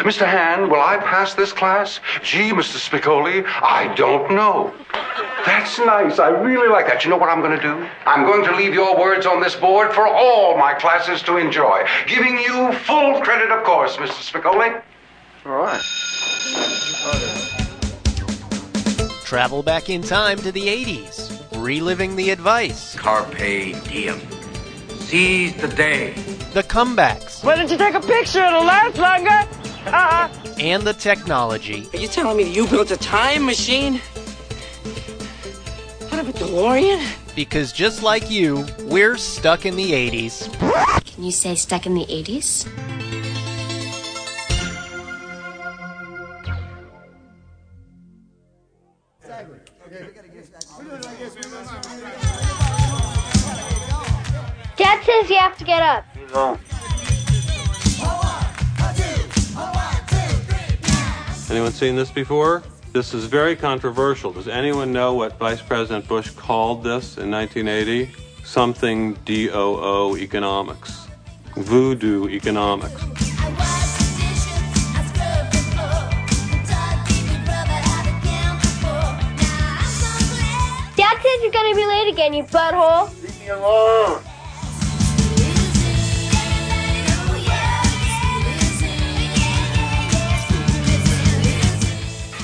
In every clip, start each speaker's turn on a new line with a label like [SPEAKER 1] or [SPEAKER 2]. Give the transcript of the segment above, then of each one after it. [SPEAKER 1] Mr. Hand, will I pass this class? Gee, Mr. Spicoli, I don't know. That's nice. I really like that. You know what I'm going to do? I'm going to leave your words on this board for all my classes to enjoy, giving you full credit, of course, Mr. Spicoli. All right.
[SPEAKER 2] Travel back in time to the 80s, reliving the advice,
[SPEAKER 3] Carpe diem. Seize the day.
[SPEAKER 2] the comebacks,
[SPEAKER 4] Why don't you take a picture? It'll last longer. Uh-huh.
[SPEAKER 2] and the technology
[SPEAKER 4] Are you telling me that you built a time machine? Out of a DeLorean?
[SPEAKER 2] because just like you, we're stuck in the 80s.
[SPEAKER 5] Can you say stuck in the 80s?
[SPEAKER 6] Dad says you have to get up.
[SPEAKER 7] Anyone seen this before? This is very controversial. Does anyone know what Vice President Bush called this in 1980? Something DOO economics. Voodoo economics.
[SPEAKER 6] Dad says you're gonna be late again, you butthole.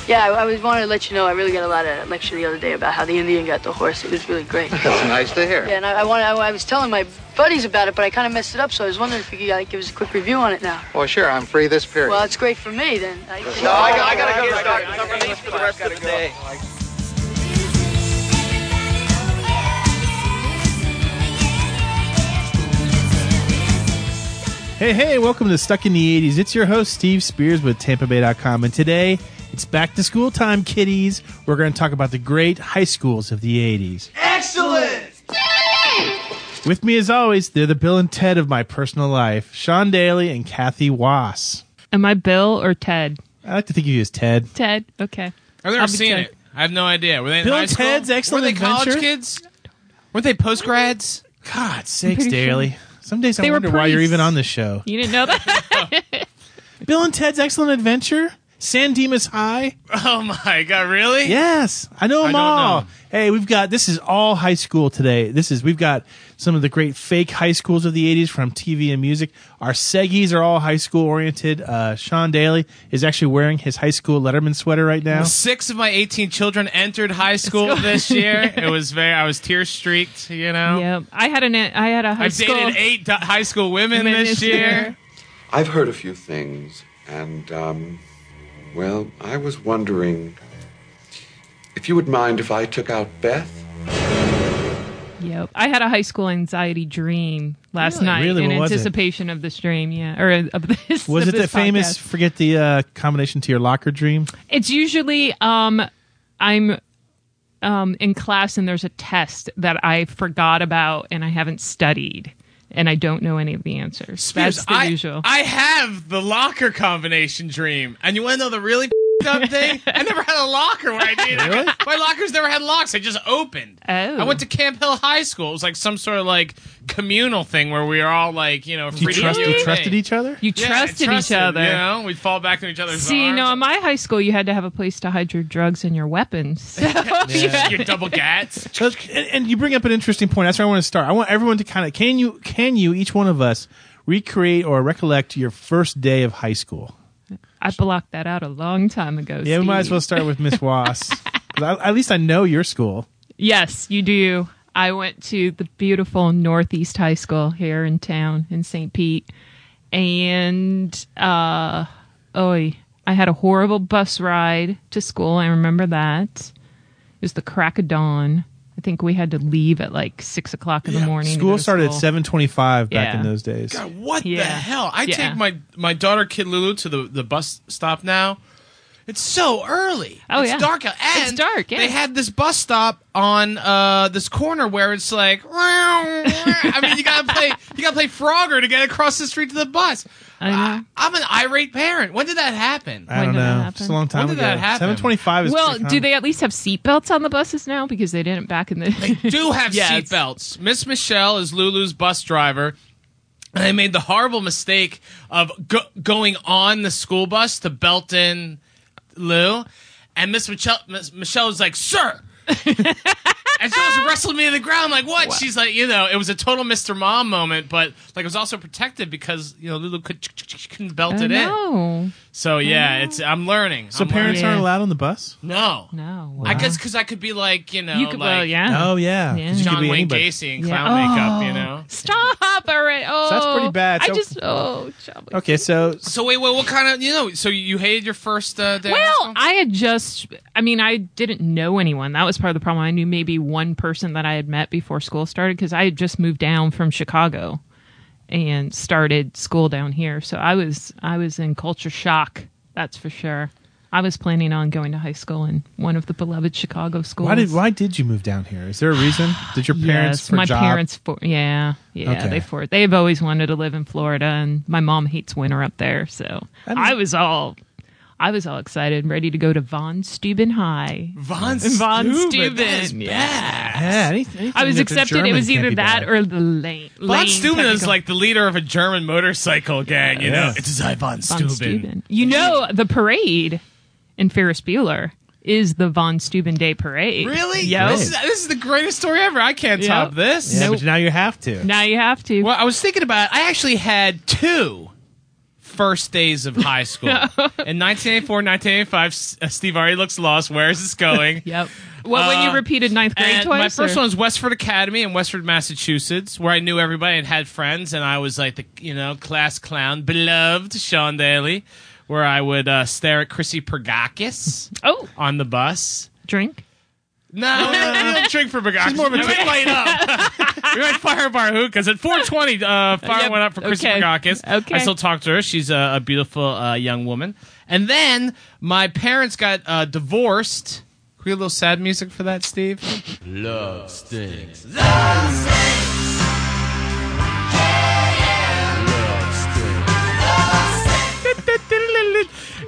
[SPEAKER 8] Yeah, I, I was wanted to let you know I really got a lot of lecture the other day about how the Indian got the horse. It was really great. yeah,
[SPEAKER 3] That's nice to hear.
[SPEAKER 8] and I, I wanted, I, I was telling my buddies about it, but I kind of messed it up, so I was wondering if you could like, give us a quick review on it now.
[SPEAKER 3] Well, sure, I'm free this period.
[SPEAKER 8] Well, it's great for me then. I,
[SPEAKER 3] I gotta get started.
[SPEAKER 9] Hey, hey, welcome to Stuck in the 80s. It's your host, Steve Spears with TampaBay.com. And today, it's back to school time, kiddies. We're going to talk about the great high schools of the 80s. Excellent! With me, as always, they're the Bill and Ted of my personal life, Sean Daly and Kathy Wass.
[SPEAKER 10] Am I Bill or Ted?
[SPEAKER 9] I like to think of you as Ted.
[SPEAKER 10] Ted. Okay.
[SPEAKER 11] I've
[SPEAKER 10] I'll
[SPEAKER 11] never
[SPEAKER 10] be
[SPEAKER 11] seen
[SPEAKER 10] Ted.
[SPEAKER 11] it. I have no idea. Were they in
[SPEAKER 9] Bill
[SPEAKER 11] high
[SPEAKER 9] and
[SPEAKER 11] school?
[SPEAKER 9] Ted's Excellent
[SPEAKER 11] Were they college
[SPEAKER 9] Adventure?
[SPEAKER 11] kids? Weren't they post grads?
[SPEAKER 9] God sakes,
[SPEAKER 10] pretty sure.
[SPEAKER 9] Daly. Some days I
[SPEAKER 10] They were
[SPEAKER 9] wonder why you're
[SPEAKER 10] priests.
[SPEAKER 9] even on this show.
[SPEAKER 10] You didn't know that?
[SPEAKER 9] Bill and Ted's Excellent Adventure? San Dimas High?
[SPEAKER 11] Oh my god, really?
[SPEAKER 9] Yes, I know
[SPEAKER 11] I
[SPEAKER 9] them
[SPEAKER 11] don't
[SPEAKER 9] all.
[SPEAKER 11] know.
[SPEAKER 9] Hey, we've got this is all high school today. This is we've got some of the great fake high schools of the '80s from TV and music. Our seggies are all high school oriented. Uh, Sean Daly is actually wearing his high school Letterman sweater right now.
[SPEAKER 11] Six of my 18 children entered high school this year. It was very, I was tear streaked, you know?
[SPEAKER 10] yeah. I had an aunt- I had a high
[SPEAKER 11] I've
[SPEAKER 10] school.
[SPEAKER 11] dated eight do- high school women
[SPEAKER 10] woman
[SPEAKER 11] this year.
[SPEAKER 12] I've heard a few things, and, um, well, I was wondering if you would mind if I took out Beth?
[SPEAKER 10] Yep. I had a high school anxiety dream last
[SPEAKER 9] Really?
[SPEAKER 10] night
[SPEAKER 9] Really?
[SPEAKER 10] in
[SPEAKER 9] What was it?
[SPEAKER 10] anticipation of this dream. Yeah. Or of this.
[SPEAKER 9] Was
[SPEAKER 10] of
[SPEAKER 9] it the
[SPEAKER 10] this
[SPEAKER 9] famous
[SPEAKER 10] podcast.
[SPEAKER 9] forget the uh, combination to your locker dream?
[SPEAKER 10] It's usually um I'm um in class and there's a test that I forgot about and I haven't studied and I don't know any of the answers. That's the
[SPEAKER 11] I,
[SPEAKER 10] usual.
[SPEAKER 11] I have the locker combination dream. And you want to know the really f***ed up thing? I never had a locker when I did.
[SPEAKER 9] Really?
[SPEAKER 11] My lockers never had locks. They just opened.
[SPEAKER 10] Oh.
[SPEAKER 11] I went to Camp Hill High School. It was like some sort of like communal thing where we were all like, you know,
[SPEAKER 9] You,
[SPEAKER 11] free
[SPEAKER 9] trust, you
[SPEAKER 11] community.
[SPEAKER 9] trusted each other.
[SPEAKER 10] you
[SPEAKER 11] Yeah,
[SPEAKER 10] trusted, each other.
[SPEAKER 11] You know, we'd fall back in each other's
[SPEAKER 10] See,
[SPEAKER 11] arms.
[SPEAKER 10] no, in my high school, you had to have a place to hide your drugs and your weapons. So you had-
[SPEAKER 11] your double gats.
[SPEAKER 9] So, that's- and, and you bring up an interesting point. That's where I want to start. I want everyone to kind of can you can you each one of us recreate or recollect your first day of high school?
[SPEAKER 10] I blocked that out a long time ago.
[SPEAKER 9] Yeah, we might as
[SPEAKER 10] Steve.
[SPEAKER 9] well start with Miss Wass. 'Cause I- At least I know your school.
[SPEAKER 10] Yes, you do. I went to the beautiful Northeast High School here in town in St. Pete, and uh, oh, I had a horrible bus ride to school. I remember that. It was the crack of dawn. I think we had to leave at like six o'clock in the morning. to go
[SPEAKER 9] School
[SPEAKER 10] to
[SPEAKER 9] started
[SPEAKER 10] school.
[SPEAKER 9] at seven twenty-five back
[SPEAKER 10] Yeah.
[SPEAKER 9] in those days.
[SPEAKER 11] What the
[SPEAKER 10] Yeah.
[SPEAKER 11] hell? I
[SPEAKER 10] Yeah.
[SPEAKER 11] take my my daughter Kid Lulu to the, the bus stop now. It's so early.
[SPEAKER 10] Oh,
[SPEAKER 11] it's
[SPEAKER 10] yeah.
[SPEAKER 11] dark out. And
[SPEAKER 10] It's dark, yeah.
[SPEAKER 11] They had this bus stop on uh, this corner where it's like, I mean, you gotta play, you gotta play Frogger to get across the street to the bus.
[SPEAKER 10] I know.
[SPEAKER 9] Ah,
[SPEAKER 11] I'm an irate parent. When did that happen?
[SPEAKER 9] I
[SPEAKER 10] When
[SPEAKER 9] don't
[SPEAKER 10] did that
[SPEAKER 9] know.
[SPEAKER 10] happen?
[SPEAKER 9] It's a long time
[SPEAKER 11] When did
[SPEAKER 9] ago.
[SPEAKER 11] that happen?
[SPEAKER 9] Seven twenty-five is
[SPEAKER 10] well,
[SPEAKER 9] pretty
[SPEAKER 10] do
[SPEAKER 9] common.
[SPEAKER 10] they at least have seatbelts on the buses now? Because they didn't back in the.
[SPEAKER 11] do have
[SPEAKER 10] Yes.
[SPEAKER 11] seatbelts. Miss Michelle is Lulu's bus driver.
[SPEAKER 7] And they made the horrible mistake of go- going on the school bus to Belton, Lou, and Miss Michelle, Miss Michelle was like, "Sir." and she was wrestling me to the ground. like, what? She's like, you know, it was a total Mr. Mom moment, but like, it was also protected because you know Lulu could, couldn't belt it in. So yeah, it's I'm learning.
[SPEAKER 11] So
[SPEAKER 7] I'm
[SPEAKER 11] parents
[SPEAKER 7] learning.
[SPEAKER 11] aren't allowed on the bus.
[SPEAKER 7] No,
[SPEAKER 10] no.
[SPEAKER 7] I guess because I could be like you know,
[SPEAKER 10] You could-
[SPEAKER 7] like,
[SPEAKER 10] well, yeah.
[SPEAKER 11] Oh, yeah. 'Cause you could
[SPEAKER 7] John
[SPEAKER 11] be
[SPEAKER 7] Wayne
[SPEAKER 11] anybody.
[SPEAKER 7] Gacy in
[SPEAKER 11] Yeah.
[SPEAKER 7] clown makeup. You know,
[SPEAKER 10] Stop already. Oh,
[SPEAKER 11] So that's pretty bad.
[SPEAKER 10] I
[SPEAKER 11] So-
[SPEAKER 10] just oh, Chubby.
[SPEAKER 11] Okay, so
[SPEAKER 7] So wait, wait, what kind of you know? So you hated your first uh, day?
[SPEAKER 10] Well, I had just, I mean, I didn't know anyone. That was part of the problem. I knew maybe one person that I had met before school started because I had just moved down from Chicago and started school down here. So I was, I was in culture shock. That's for sure. I was planning on going to high school in one of the beloved Chicago schools.
[SPEAKER 11] Why did why did you move down here? Is there a reason? Did your parents
[SPEAKER 10] Yes,
[SPEAKER 11] for
[SPEAKER 10] my
[SPEAKER 11] job?
[SPEAKER 10] parents for yeah yeah
[SPEAKER 11] Okay.
[SPEAKER 10] they for they've always wanted to live in Florida and my mom hates winter up there so
[SPEAKER 11] That is-
[SPEAKER 10] I was all I was all excited and ready to go to Von Steuben High Von
[SPEAKER 7] Von Steuben,
[SPEAKER 10] Steuben
[SPEAKER 7] that is
[SPEAKER 10] yeah
[SPEAKER 11] Yeah, anything,
[SPEAKER 10] I was
[SPEAKER 7] if it's
[SPEAKER 10] accepted it
[SPEAKER 7] German
[SPEAKER 10] was
[SPEAKER 7] can't
[SPEAKER 10] either
[SPEAKER 7] be
[SPEAKER 10] that
[SPEAKER 7] bad.
[SPEAKER 10] or the lane
[SPEAKER 7] Von
[SPEAKER 10] Lane
[SPEAKER 7] Steuben is
[SPEAKER 10] technical-
[SPEAKER 7] like the leader of a German motorcycle gang. You know, it's I Von Steuben.
[SPEAKER 10] you know the parade in Ferris Bueller is the Von Steuben Day Parade
[SPEAKER 7] Really?
[SPEAKER 10] yeah
[SPEAKER 7] This is, this is the greatest story ever. I can't
[SPEAKER 10] Yep.
[SPEAKER 7] top this.
[SPEAKER 10] Yeah, Nope. but
[SPEAKER 11] now you have to.
[SPEAKER 10] now you have to
[SPEAKER 7] Well, I was thinking about. I actually had two first days of high school in 1984, 1985. S- uh, Steve already looks lost. Where is this going?
[SPEAKER 10] yep well when
[SPEAKER 7] Uh,
[SPEAKER 10] you repeated ninth grade
[SPEAKER 7] And
[SPEAKER 10] twice
[SPEAKER 7] my first
[SPEAKER 10] or-
[SPEAKER 7] one was Westford Academy in Westford, Massachusetts, where I knew everybody and had friends, and I was like the you know class clown, beloved Sean Daly, where I would uh, stare at Chrissy Pergakis
[SPEAKER 10] oh
[SPEAKER 7] on the bus.
[SPEAKER 10] Drink?
[SPEAKER 7] No, we don't- we don't drink for Pergakis. She's more of a we might up. we might fire Barhukas at 4:20. Uh, fire
[SPEAKER 10] Yep.
[SPEAKER 7] went up for Chrissy
[SPEAKER 10] Okay.
[SPEAKER 7] Pergakis.
[SPEAKER 10] Okay.
[SPEAKER 7] I still talk to her. She's a, a beautiful uh, young woman. And then my parents got uh, divorced. Can we get a little sad music for that, Steve?
[SPEAKER 13] Love stinks.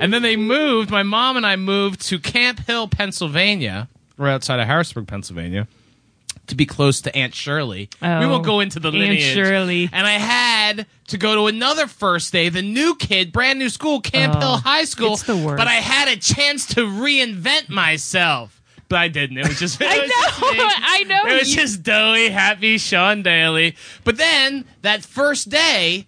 [SPEAKER 7] and then they moved. My mom and I moved to Camp Hill, Pennsylvania, right outside of Harrisburg, Pennsylvania, to be close to Aunt Shirley. we
[SPEAKER 10] Oh,
[SPEAKER 7] won't go into the
[SPEAKER 10] Aunt
[SPEAKER 7] lineage.
[SPEAKER 10] Shirley.
[SPEAKER 7] And I had to go to another first day, the new kid, brand new school, Camp
[SPEAKER 10] Oh,
[SPEAKER 7] Hill High School.
[SPEAKER 10] it's the worst.
[SPEAKER 7] But I had a chance to reinvent myself. But I didn't. It was just. it
[SPEAKER 10] I
[SPEAKER 7] was just
[SPEAKER 10] know,
[SPEAKER 7] me.
[SPEAKER 10] I know
[SPEAKER 7] It was
[SPEAKER 10] you-
[SPEAKER 7] just doughy, happy Sean Daly. But then that first day,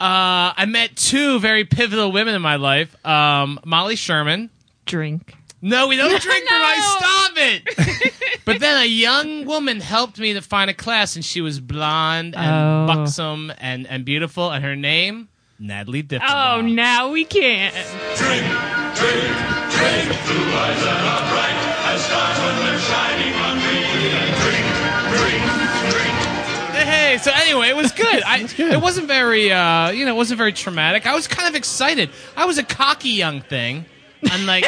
[SPEAKER 7] uh, I met two very pivotal women in my life. Um, Molly Sherman.
[SPEAKER 10] Drink.
[SPEAKER 7] No, we don't drink for
[SPEAKER 10] No.
[SPEAKER 7] my stop it. but then a young woman helped me to find a class, and she was blonde and
[SPEAKER 10] Oh.
[SPEAKER 7] buxom and, and beautiful, and her name Natalie Diffenbaugh.
[SPEAKER 10] Oh, now we can't.
[SPEAKER 7] Hey, so anyway, it was good. I, It wasn't very, uh, you know, it wasn't very traumatic. I was kind of excited. I was a cocky young thing, unlike,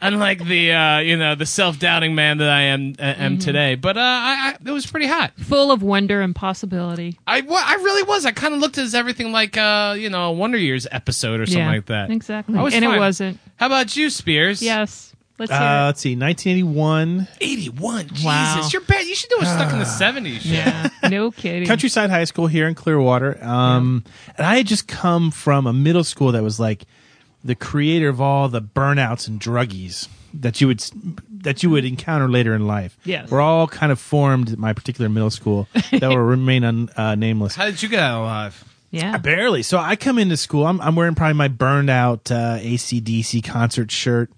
[SPEAKER 7] unlike the, uh, you know, the self-doubting man that I am uh, am today. But uh, I, I, it was pretty hot.
[SPEAKER 10] Full of wonder and possibility.
[SPEAKER 7] I, wa- I really was. I kind of looked at it as everything like, uh, you know, a Wonder Years episode or something
[SPEAKER 10] Yeah,
[SPEAKER 7] like that.
[SPEAKER 10] exactly.
[SPEAKER 7] I was
[SPEAKER 10] And it
[SPEAKER 7] fine.
[SPEAKER 10] wasn't.
[SPEAKER 7] How about you, Spears?
[SPEAKER 10] Yes. Let's hear
[SPEAKER 11] Uh, let's see, 1981,
[SPEAKER 7] Eighty-one.
[SPEAKER 10] Wow.
[SPEAKER 7] Jesus, you're bad. You should do a stuck in the seventies. Yeah.
[SPEAKER 10] it. No kidding.
[SPEAKER 11] Countryside High School here in Clearwater. Um, And I had just come from a middle school that was like the creator of all the burnouts and druggies that you would s- that you would encounter later in life.
[SPEAKER 7] Yes.
[SPEAKER 11] We're all kind of formed at my particular middle school that will remain un, uh, nameless.
[SPEAKER 7] How did you get out alive?
[SPEAKER 10] Yeah.
[SPEAKER 11] Barely. So I come into school. I'm, I'm wearing probably my burned out uh, ACDC concert shirt,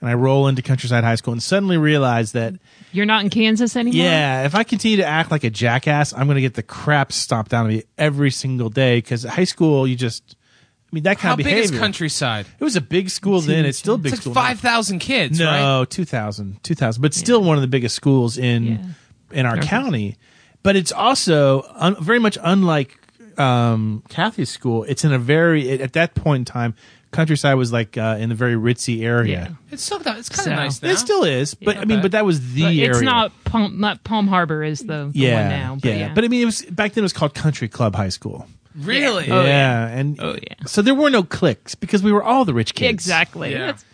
[SPEAKER 11] and I roll into Countryside High School and suddenly realize that
[SPEAKER 10] You're not in Kansas anymore?
[SPEAKER 11] yeah, if I continue to act like a jackass, I'm going to get the crap stomped out of me every single day. Because high school, you just, I mean, that kind
[SPEAKER 7] How
[SPEAKER 11] of
[SPEAKER 7] big
[SPEAKER 11] behavior.
[SPEAKER 7] is countryside?
[SPEAKER 11] It was a big school then. It's still a big
[SPEAKER 7] It's
[SPEAKER 11] school.
[SPEAKER 7] like
[SPEAKER 11] now.
[SPEAKER 7] five thousand kids. right?
[SPEAKER 11] No, 2000, 2000, but still one of the biggest schools in in our county. But it's also un, very much unlike um, Kathy's school. It's in a very it, at that point in time, countryside was like uh, in a very ritzy area.
[SPEAKER 7] It's still it's kind of
[SPEAKER 10] So-
[SPEAKER 7] nice. Now.
[SPEAKER 11] It still is, but I mean, but that was the
[SPEAKER 10] But
[SPEAKER 11] area.
[SPEAKER 10] it's not Palm, not Palm Harbor is the, the
[SPEAKER 11] yeah,
[SPEAKER 10] one now. But yeah.
[SPEAKER 11] But I mean, it was back then. It was called Country Club High School.
[SPEAKER 7] really.
[SPEAKER 11] yeah. and oh yeah. So there were no cliques because we were all the rich kids.
[SPEAKER 10] Exactly.
[SPEAKER 7] Yeah.
[SPEAKER 10] That's-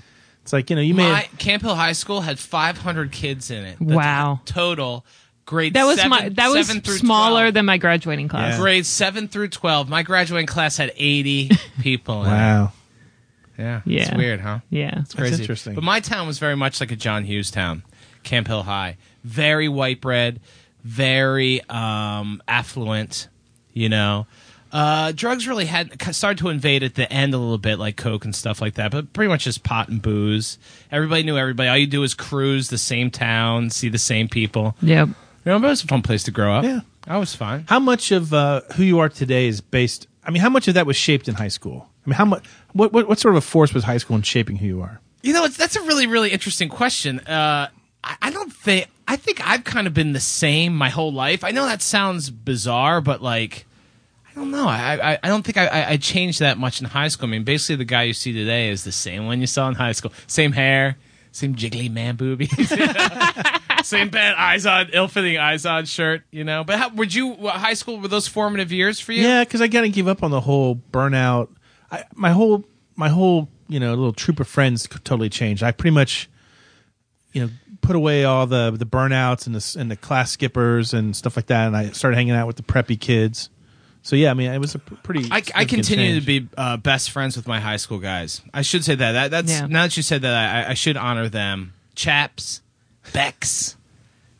[SPEAKER 11] It's like you know you may
[SPEAKER 7] My
[SPEAKER 11] have-
[SPEAKER 7] Camp Hill High School had 500 kids in it.
[SPEAKER 11] Wow.
[SPEAKER 7] total. grade
[SPEAKER 10] That was
[SPEAKER 7] seven,
[SPEAKER 10] my that was
[SPEAKER 7] seven through
[SPEAKER 10] smaller than my graduating class.
[SPEAKER 7] grades 7 through 12 my graduating class had 80 people in it.
[SPEAKER 11] Wow.
[SPEAKER 7] yeah it's
[SPEAKER 10] Yeah.
[SPEAKER 7] weird huh
[SPEAKER 10] Yeah.
[SPEAKER 7] it's crazy but my town was very much like a john hughes town camp hill high very white bread very um affluent you know uh drugs really had started to invade at the end a little bit like coke and stuff like that but pretty much just pot and booze everybody knew everybody all you do is cruise the same town see the same people
[SPEAKER 10] Yep.
[SPEAKER 7] you know but it was a fun place to grow up
[SPEAKER 11] Yeah.
[SPEAKER 7] I was fine.
[SPEAKER 11] How much of uh, who you are today is based? I mean, how much of that was shaped in high school? I mean, how much? What, what what sort of a force was high school in shaping who you are?
[SPEAKER 7] You know, it's, that's a really, really interesting question. Uh, I, I don't think. I think I've kind of been the same my whole life. I know that sounds bizarre, but like, I don't know. I, I, I don't think I, I, I changed that much in high school. I mean, basically, the guy you see today is the same one you saw in high school. Same hair, same jiggly man boobies, same bad eyes on, ill-fitting eyes on shirt. You know. But how, would you what, high school? Were those formative years for you?
[SPEAKER 11] Yeah, because I gotta give up on the whole burnout. I, my whole my whole you know little troop of friends c- totally changed. I pretty much you know put away all the the burnouts and the s- and the class skippers and stuff like that, and I started hanging out with the preppy kids. So yeah, I mean, it was a p- pretty.
[SPEAKER 7] I, I
[SPEAKER 11] significant
[SPEAKER 7] continue
[SPEAKER 11] change.
[SPEAKER 7] to be uh, best friends with my high school guys. I should say that. that that's
[SPEAKER 11] Yeah.
[SPEAKER 7] now that you said that, I, I should honor them. Chaps, Bex,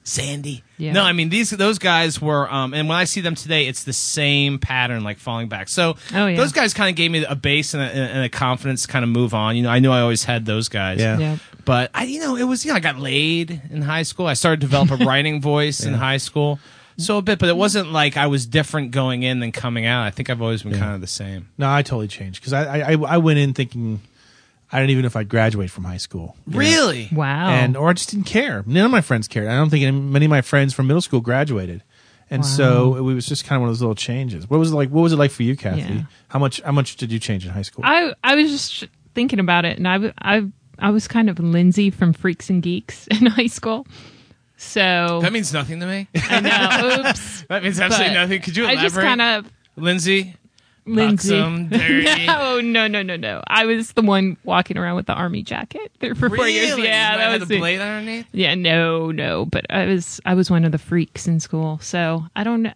[SPEAKER 7] Sandy.
[SPEAKER 14] Yeah.
[SPEAKER 7] No, I mean these those guys were. Um, and when I see them today, it's the same pattern, like falling back. So
[SPEAKER 14] Oh, yeah.
[SPEAKER 7] those guys kind of gave me a base and a, and a confidence to kind of move on. You know, I knew I always had those guys.
[SPEAKER 14] Yeah. Yeah.
[SPEAKER 7] But I, you know, it was you know I got laid in high school. I started to develop a writing voice in
[SPEAKER 14] Yeah.
[SPEAKER 7] high school. So a bit, but it wasn't like I was different going in than coming out. I think I've always been kind of the same.
[SPEAKER 11] No, I totally changed because I, I I- I went in thinking I didn't even know if I'd graduate from high school. you know?
[SPEAKER 7] Really? Wow.
[SPEAKER 11] And or I just didn't care. None of my friends cared. I don't think any, many of my friends from middle school graduated. And so it was just kind of one of those little changes. What was it like? What was it like for you, Kathy?
[SPEAKER 10] Yeah.
[SPEAKER 11] How much? How much did you change in high school?
[SPEAKER 10] I I was just thinking about it, and I w- I I was kind of Lindsay from Freaks and Geeks in high school. So
[SPEAKER 7] That means nothing to me.
[SPEAKER 10] I know. Oops.
[SPEAKER 7] that means absolutely
[SPEAKER 10] But
[SPEAKER 7] nothing. Could you
[SPEAKER 10] I
[SPEAKER 7] elaborate?
[SPEAKER 10] just kind of-
[SPEAKER 7] Lindsay.
[SPEAKER 10] Lindsay.
[SPEAKER 7] Buxom, dirty.
[SPEAKER 10] No, no, no, no, no. I was the one walking around with the army jacket there for four years.
[SPEAKER 7] Really?
[SPEAKER 10] Yeah,
[SPEAKER 7] You
[SPEAKER 10] that
[SPEAKER 7] had
[SPEAKER 10] was
[SPEAKER 7] a
[SPEAKER 10] me.
[SPEAKER 7] blade underneath?
[SPEAKER 10] Yeah, no, no. But I was I was one of the freaks in school, so I don't. know.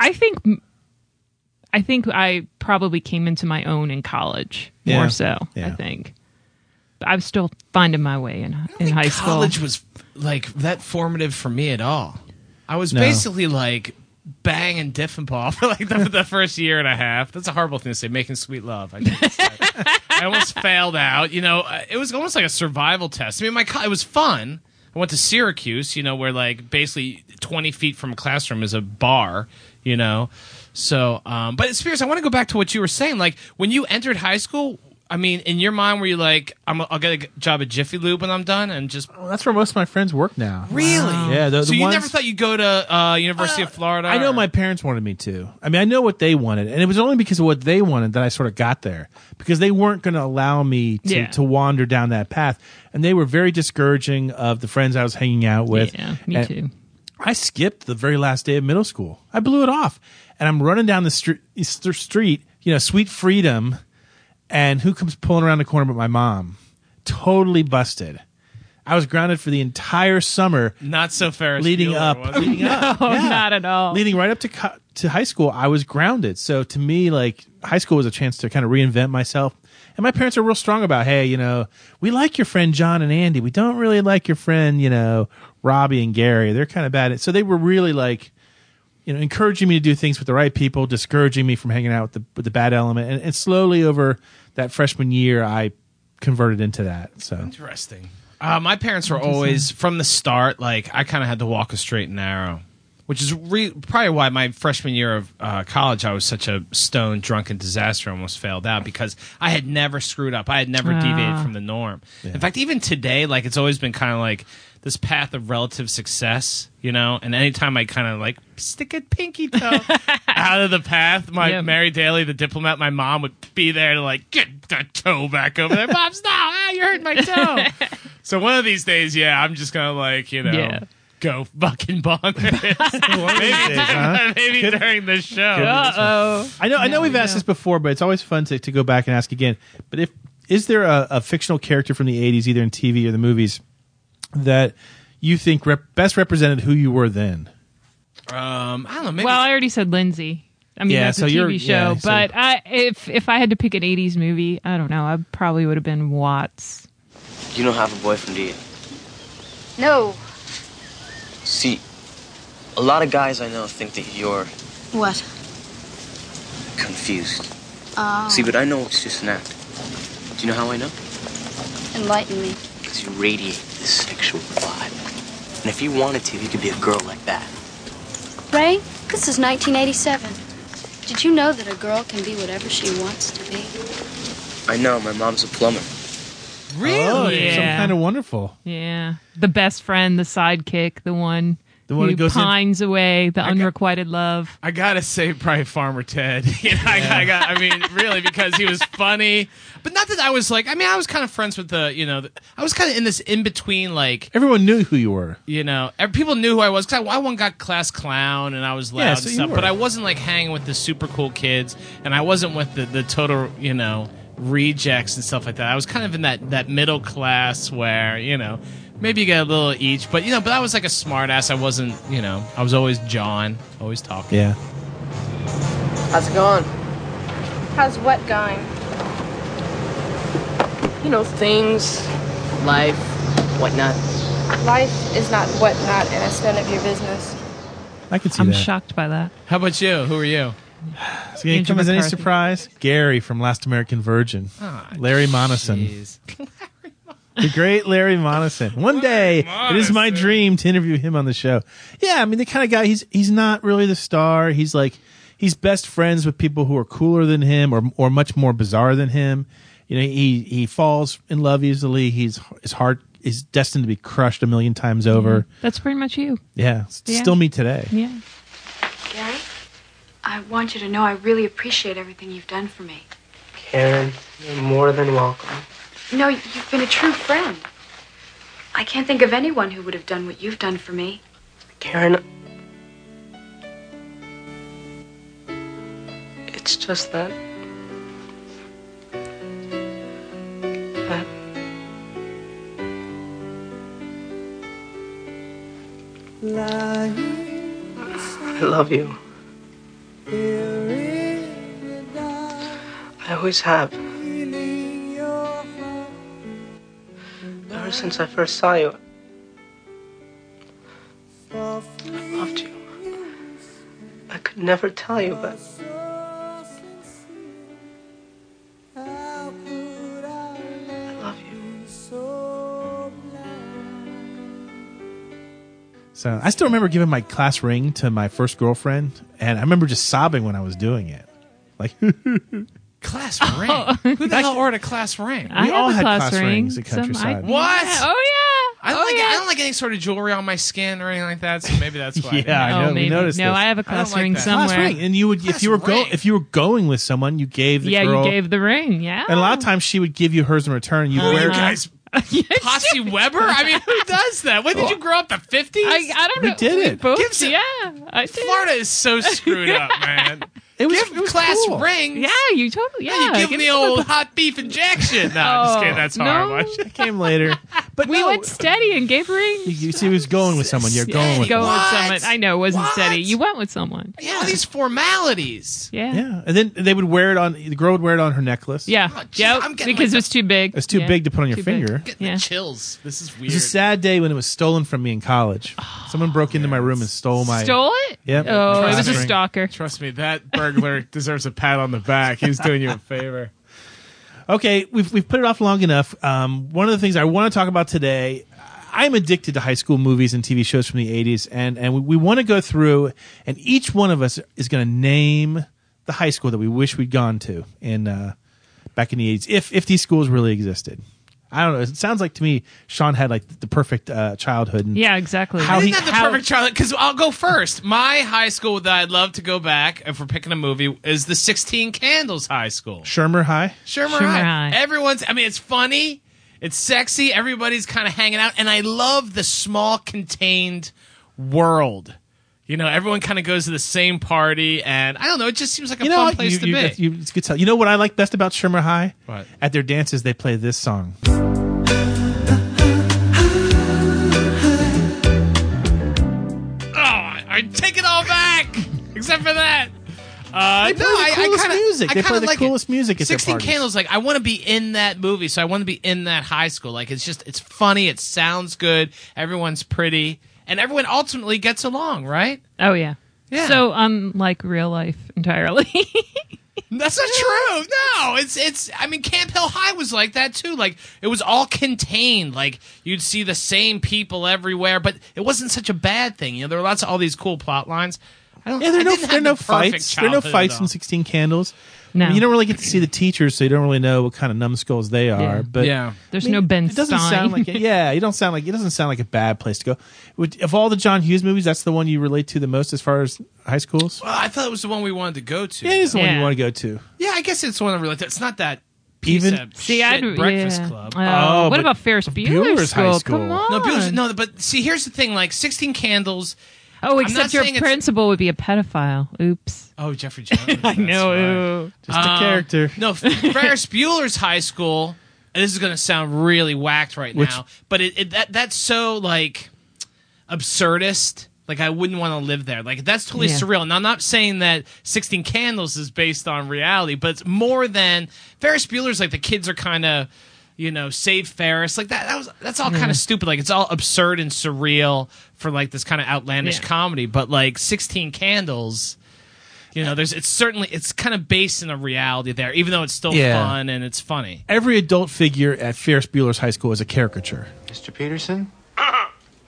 [SPEAKER 10] I think I think I probably came into my own in college
[SPEAKER 7] Yeah.
[SPEAKER 10] more so. I
[SPEAKER 7] Yeah.
[SPEAKER 10] think. But I was still finding my way in in high school.
[SPEAKER 7] College was like that formative for me at all. I was
[SPEAKER 10] No.
[SPEAKER 7] basically like bang and Diffenbaugh for like the, the first year and a half. That's a horrible thing to say. Making sweet love. I, can't say. I almost failed out. You know, uh, it was almost like a survival test. I mean, my co- it was fun. I went to Syracuse. You know, where like basically twenty feet from a classroom is a bar. You know, so um, but Spears, I want to go back to what you were saying. Like when you entered high school. I mean, in your mind, were you like, I'm, I'll get a g- job at Jiffy Lube when I'm done, and just
[SPEAKER 11] Well, that's where most of my friends work now.
[SPEAKER 7] Really?
[SPEAKER 11] Yeah. The,
[SPEAKER 7] so
[SPEAKER 11] the
[SPEAKER 7] you
[SPEAKER 11] ones,
[SPEAKER 7] never thought you'd go to uh, University of Florida?
[SPEAKER 11] I know
[SPEAKER 7] or-
[SPEAKER 11] my parents wanted me to. I mean, I know what they wanted, and it was only because of what they wanted that I sort of got there because they weren't going to allow me to,
[SPEAKER 7] Yeah.
[SPEAKER 11] to wander down that path, and they were very discouraging of the friends I was hanging out with.
[SPEAKER 10] Yeah, me
[SPEAKER 11] And
[SPEAKER 10] too.
[SPEAKER 11] I skipped the very last day of middle school. I blew it off, and I'm running down the street, street, you know, sweet freedom, and who comes pulling around the corner but my mom? Totally busted. I was grounded for the entire summer
[SPEAKER 7] not so Ferris
[SPEAKER 11] leading
[SPEAKER 7] Bueller,
[SPEAKER 11] up,
[SPEAKER 7] was it?
[SPEAKER 11] leading up,
[SPEAKER 10] No,
[SPEAKER 11] yeah.
[SPEAKER 10] Oh, not at all.
[SPEAKER 11] Leading right up to co- to high school, I was grounded. So to me, like high school was a chance to kind of reinvent myself. And my parents are real strong about, hey, you know, we like your friend John and Andy. We don't really like your friend, you know, Robbie and Gary. They're kind of bad. at So they were really like, you know, encouraging me to do things with the right people, discouraging me from hanging out with the with the bad element. And, and slowly over that freshman year, I converted into that. So
[SPEAKER 7] Interesting. Uh, my parents were always from the start. Like I kind of had to walk a straight and narrow, which is re- probably why my freshman year of uh, college I was such a stone drunken disaster, almost failed out because I had never screwed up. I had never deviated
[SPEAKER 14] Ah.
[SPEAKER 7] from the norm. In fact, even today, like it's always been kind of like this path of relative success, you know. And anytime I kind of like stick a pinky toe out of the path, my
[SPEAKER 14] Yep.
[SPEAKER 7] Mary Daly, the diplomat, my mom would be there to like get that toe back over there. Mom, stop! Ah, you hurt my toe. So one of these days, yeah, I'm just gonna like you know
[SPEAKER 14] Yeah.
[SPEAKER 7] go fucking bonkers. maybe,
[SPEAKER 11] huh?
[SPEAKER 7] maybe during the show.
[SPEAKER 11] I know. I know we've asked this before, but it's always fun to, to go back and ask again. But if is there a, a fictional character from the '80s, either in TV or the movies, that you think rep- best represented who you were then?
[SPEAKER 7] Um, I don't know. Maybe
[SPEAKER 10] Well, I already said Lindsay. I mean,
[SPEAKER 11] Yeah,
[SPEAKER 10] that's
[SPEAKER 11] so
[SPEAKER 10] a TV
[SPEAKER 11] you're-
[SPEAKER 10] show.
[SPEAKER 11] yeah, so-
[SPEAKER 10] but I, if if I had to pick an '80s movie, I don't know. I probably would have been Watts.
[SPEAKER 14] You don't have a boyfriend, do you?
[SPEAKER 6] No.
[SPEAKER 14] See, a lot of guys I know think that you're
[SPEAKER 5] What?
[SPEAKER 14] confused.
[SPEAKER 5] Oh.
[SPEAKER 14] See, but I know it's just an act. Do you know how I know?
[SPEAKER 5] Enlighten me.
[SPEAKER 14] Because you radiate this sexual vibe. And if you wanted to, you could be a girl like that.
[SPEAKER 5] Ray, this is 1987. Did you know that a girl can be whatever she wants to be?
[SPEAKER 14] I know, my mom's a plumber.
[SPEAKER 7] Really?
[SPEAKER 11] Oh, yeah. Some
[SPEAKER 10] Yeah.
[SPEAKER 11] kind of wonderful.
[SPEAKER 10] Yeah, the best friend, the sidekick, the one,
[SPEAKER 11] The one
[SPEAKER 10] who
[SPEAKER 11] who goes in-
[SPEAKER 10] pines away, the unrequited love.
[SPEAKER 7] I gotta say, probably Farmer Ted. You know, I, got- I got, I mean, really, because he was funny, but not that I was like. I mean, I was kind of friends with the, you know, the, I was kind of in this in between, like,
[SPEAKER 11] Everyone knew who you were.
[SPEAKER 7] you know, ev- people knew who I was because I, I one got class clown and I was loud
[SPEAKER 11] Yeah,
[SPEAKER 7] and
[SPEAKER 11] so you
[SPEAKER 7] stuff,
[SPEAKER 11] were.
[SPEAKER 7] but I wasn't like hanging with the super cool kids, and I wasn't with the the total, you know, rejects and stuff like that. I was kind of in that that middle class where, you know. Maybe you get a little each, but you know, but I was like a smartass. I wasn't, you know, I was always John, always talking.
[SPEAKER 11] Yeah.
[SPEAKER 15] How's it going? How's what going?
[SPEAKER 8] You know, things, life, whatnot.
[SPEAKER 15] Life is not whatnot, and it's none of your business.
[SPEAKER 11] I could see
[SPEAKER 10] I'm
[SPEAKER 11] that.
[SPEAKER 10] shocked by that.
[SPEAKER 7] How about you? Who are you?
[SPEAKER 11] It's going to
[SPEAKER 10] Andrew
[SPEAKER 11] come as any
[SPEAKER 10] McCarthy.
[SPEAKER 11] surprise. Gary from Last American Virgin.
[SPEAKER 7] Ah,
[SPEAKER 11] Larry Monison. the great Larry Monison. One day, it is my dream to interview him on the show. Yeah, I mean, the kind of guy, he's, he's not really the star. He's like, he's best friends with people who are cooler than him or, or much more bizarre than him. You know, he, he falls in love easily. He's, his heart is destined to be crushed a million times over.
[SPEAKER 10] That's pretty much you.
[SPEAKER 11] Yeah. s-
[SPEAKER 10] Mm-hmm. Yeah.
[SPEAKER 11] Still me today.
[SPEAKER 10] Yeah.
[SPEAKER 16] Gary, I want you to know I really appreciate everything you've done for me.
[SPEAKER 17] Karen, you're more than welcome.
[SPEAKER 16] No, you've been a true friend. I can't think of anyone who would have done what you've done for me.
[SPEAKER 17] Karen. It's just that. That. I love you. I always have. Ever since I first saw you, I loved you. I could never tell you, but. I love
[SPEAKER 11] So I still remember giving my class ring to my first girlfriend, and I remember just sobbing when I was doing it. Like
[SPEAKER 7] Class ring. Who the hell ordered a class ring?
[SPEAKER 11] I We all have a had class class ring. rings at
[SPEAKER 10] Some- I-
[SPEAKER 11] Countryside.
[SPEAKER 7] What?
[SPEAKER 10] Yeah. Oh yeah.
[SPEAKER 7] I don't
[SPEAKER 10] oh,
[SPEAKER 7] like
[SPEAKER 10] yeah.
[SPEAKER 7] I don't like any sort of jewelry on my skin or anything like that. So maybe that's why.
[SPEAKER 11] Yeah, I know.
[SPEAKER 10] Oh, maybe.
[SPEAKER 11] We noticed
[SPEAKER 10] No,
[SPEAKER 11] this.
[SPEAKER 10] I have a
[SPEAKER 7] don't
[SPEAKER 10] class
[SPEAKER 7] like
[SPEAKER 10] ring
[SPEAKER 7] that.
[SPEAKER 10] somewhere.
[SPEAKER 11] Class ring, and you would if you were go if you were going with someone, you gave the
[SPEAKER 10] yeah,
[SPEAKER 11] girl.
[SPEAKER 10] you gave the ring. Yeah.
[SPEAKER 11] and a lot of times she would give you hers in return. You
[SPEAKER 10] Uh-huh.
[SPEAKER 11] wear
[SPEAKER 10] You guys-
[SPEAKER 7] Posse Weber? I mean, who does that? When did you grow up? The fifties? I,
[SPEAKER 10] I don't
[SPEAKER 11] We know. did We it. both-
[SPEAKER 10] yeah.
[SPEAKER 7] Florida is so screwed up, man.
[SPEAKER 11] It was,
[SPEAKER 7] Give class
[SPEAKER 10] cool.
[SPEAKER 7] rings.
[SPEAKER 10] Yeah, you totally. Yeah,
[SPEAKER 7] you give, me the old hot beef injection. No, I'm just
[SPEAKER 10] Oh,
[SPEAKER 7] kidding. That's
[SPEAKER 10] no.
[SPEAKER 7] horrible.
[SPEAKER 11] It came later. But
[SPEAKER 10] we went steady and gave rings.
[SPEAKER 11] You, you see, he was going with someone. You're going with.
[SPEAKER 10] Go
[SPEAKER 11] them.
[SPEAKER 10] with someone. I know it wasn't steady. You went with someone.
[SPEAKER 7] Yeah, all these formalities.
[SPEAKER 10] Yeah.
[SPEAKER 11] Yeah, and then they would wear it on. The girl would wear it on her necklace.
[SPEAKER 7] Oh,
[SPEAKER 10] Yeah. Yep, because it was too big.
[SPEAKER 11] It's too
[SPEAKER 10] Yeah.
[SPEAKER 11] big to put on your
[SPEAKER 10] Too big.
[SPEAKER 11] finger.
[SPEAKER 7] Getting the chills. This is
[SPEAKER 11] It
[SPEAKER 7] weird.
[SPEAKER 11] was a sad day when it was stolen from me in college. Someone broke into my room and stole my
[SPEAKER 10] Stole it?
[SPEAKER 11] Yep.
[SPEAKER 10] Oh, it was a
[SPEAKER 11] Class ring.
[SPEAKER 10] stalker.
[SPEAKER 7] Trust me, that burglar deserves a pat on the back. He was doing you a favor.
[SPEAKER 11] Okay, we've we've put it off long enough. Um, one of the things I want to talk about today, I'm addicted to high school movies and TV shows from the 80s, and and we, we want to go through, and each one of us is going to name the high school that we wish we'd gone to in uh, back in the 80s, if if these schools really existed. I don't know. It sounds like to me, Sean had like the perfect uh, childhood. And
[SPEAKER 10] Yeah, exactly.
[SPEAKER 11] How
[SPEAKER 7] I
[SPEAKER 11] he
[SPEAKER 7] didn't have the
[SPEAKER 11] how-
[SPEAKER 7] perfect Charlotte because I'll go first. My high school that I'd love to go back if we're picking a movie is the Sixteen Candles High School.
[SPEAKER 11] Shermer High.
[SPEAKER 7] Shermer, High. Everyone's. I mean, it's funny. It's sexy. Everybody's kind of hanging out, and I love the small, contained world. You know, everyone kind of goes to the same party, and I don't know. It just seems like a fun place
[SPEAKER 11] you,
[SPEAKER 7] to
[SPEAKER 11] you,
[SPEAKER 7] be.
[SPEAKER 11] You, it's good to- you know what I like best about Shermer High?
[SPEAKER 7] What?
[SPEAKER 11] At their dances, they play this song.
[SPEAKER 7] oh, I, I take it off Uh,
[SPEAKER 11] They play the coolest
[SPEAKER 7] kinda-
[SPEAKER 11] music.
[SPEAKER 7] I
[SPEAKER 11] They play
[SPEAKER 7] kinda
[SPEAKER 11] the
[SPEAKER 7] like it.
[SPEAKER 11] coolest music at their
[SPEAKER 7] Sixteen
[SPEAKER 11] parties.
[SPEAKER 7] Candles, like I want to be in that movie, so I want to be in that high school. Like it's just, it's funny, it sounds good, everyone's pretty, and everyone ultimately gets along, right?
[SPEAKER 10] Oh yeah.
[SPEAKER 7] Yeah.
[SPEAKER 10] So unlike real life entirely.
[SPEAKER 7] That's not true. No, it's it's. I mean, Camp Hill High was like that too. Like it was all contained. Like you'd see the same people everywhere, but it wasn't such a bad thing. You know, there were lots of all these cool plot lines. I don't.
[SPEAKER 11] Yeah, there
[SPEAKER 7] I
[SPEAKER 11] are no
[SPEAKER 7] didn't
[SPEAKER 11] there are
[SPEAKER 7] have
[SPEAKER 11] no
[SPEAKER 7] the perfect
[SPEAKER 11] fights. There are no
[SPEAKER 7] childhood,
[SPEAKER 11] fights
[SPEAKER 7] though.
[SPEAKER 11] in Sixteen Candles.
[SPEAKER 10] No.
[SPEAKER 11] You don't really get to see the teachers, so you don't really know what kind of numbskulls they are.
[SPEAKER 10] Yeah.
[SPEAKER 11] But
[SPEAKER 10] Yeah. There's
[SPEAKER 11] I mean,
[SPEAKER 10] no Ben
[SPEAKER 11] It doesn't
[SPEAKER 10] Stein.
[SPEAKER 11] sound like it. Yeah, you don't sound like it. Doesn't sound like a bad place to go. Would- Of all the John Hughes movies, that's the one you relate to the most as far as high schools.
[SPEAKER 7] Well, I thought it was the one we wanted to go to.
[SPEAKER 11] Yeah, it is the one you want to go to.
[SPEAKER 7] Yeah, I guess it's the one I really. It's not that. Piece
[SPEAKER 11] Even-
[SPEAKER 7] of shit Breakfast
[SPEAKER 10] yeah.
[SPEAKER 7] Club.
[SPEAKER 10] Uh, Oh, what but about Ferris Bueller's Bueller's High School? School. Come on.
[SPEAKER 7] No, Bueller's, no, but see, here's the thing. Like, 16 Candles.
[SPEAKER 10] oh,
[SPEAKER 7] I'm not
[SPEAKER 10] except your
[SPEAKER 7] saying it's-
[SPEAKER 10] principal would be a pedophile. Oops.
[SPEAKER 7] Oh, Jeffrey Jones. I
[SPEAKER 10] know. Just
[SPEAKER 11] Um,
[SPEAKER 10] a character.
[SPEAKER 7] Uh, No, Ferris Bueller's High School. and this is going to sound really whacked right
[SPEAKER 10] Which-
[SPEAKER 7] now, but it, it that that's so like absurdist. Like I wouldn't want to live there. Like that's totally
[SPEAKER 10] Yeah.
[SPEAKER 7] surreal. And I'm not saying that 16 Candles is based on reality, but it's more than Ferris Bueller's. Like the kids are kind of. You know, save Ferris like that. That was that's all kind
[SPEAKER 10] Yeah.
[SPEAKER 7] of stupid. Like it's all absurd and surreal for like this kind of outlandish
[SPEAKER 10] Yeah.
[SPEAKER 7] comedy. But like Sixteen Candles, you know, there's it's certainly it's kind of based in a reality there, even though it's still
[SPEAKER 11] Yeah.
[SPEAKER 7] fun and it's funny.
[SPEAKER 11] Every adult figure at Ferris Bueller's High School is a caricature.
[SPEAKER 3] Mr. Peterson?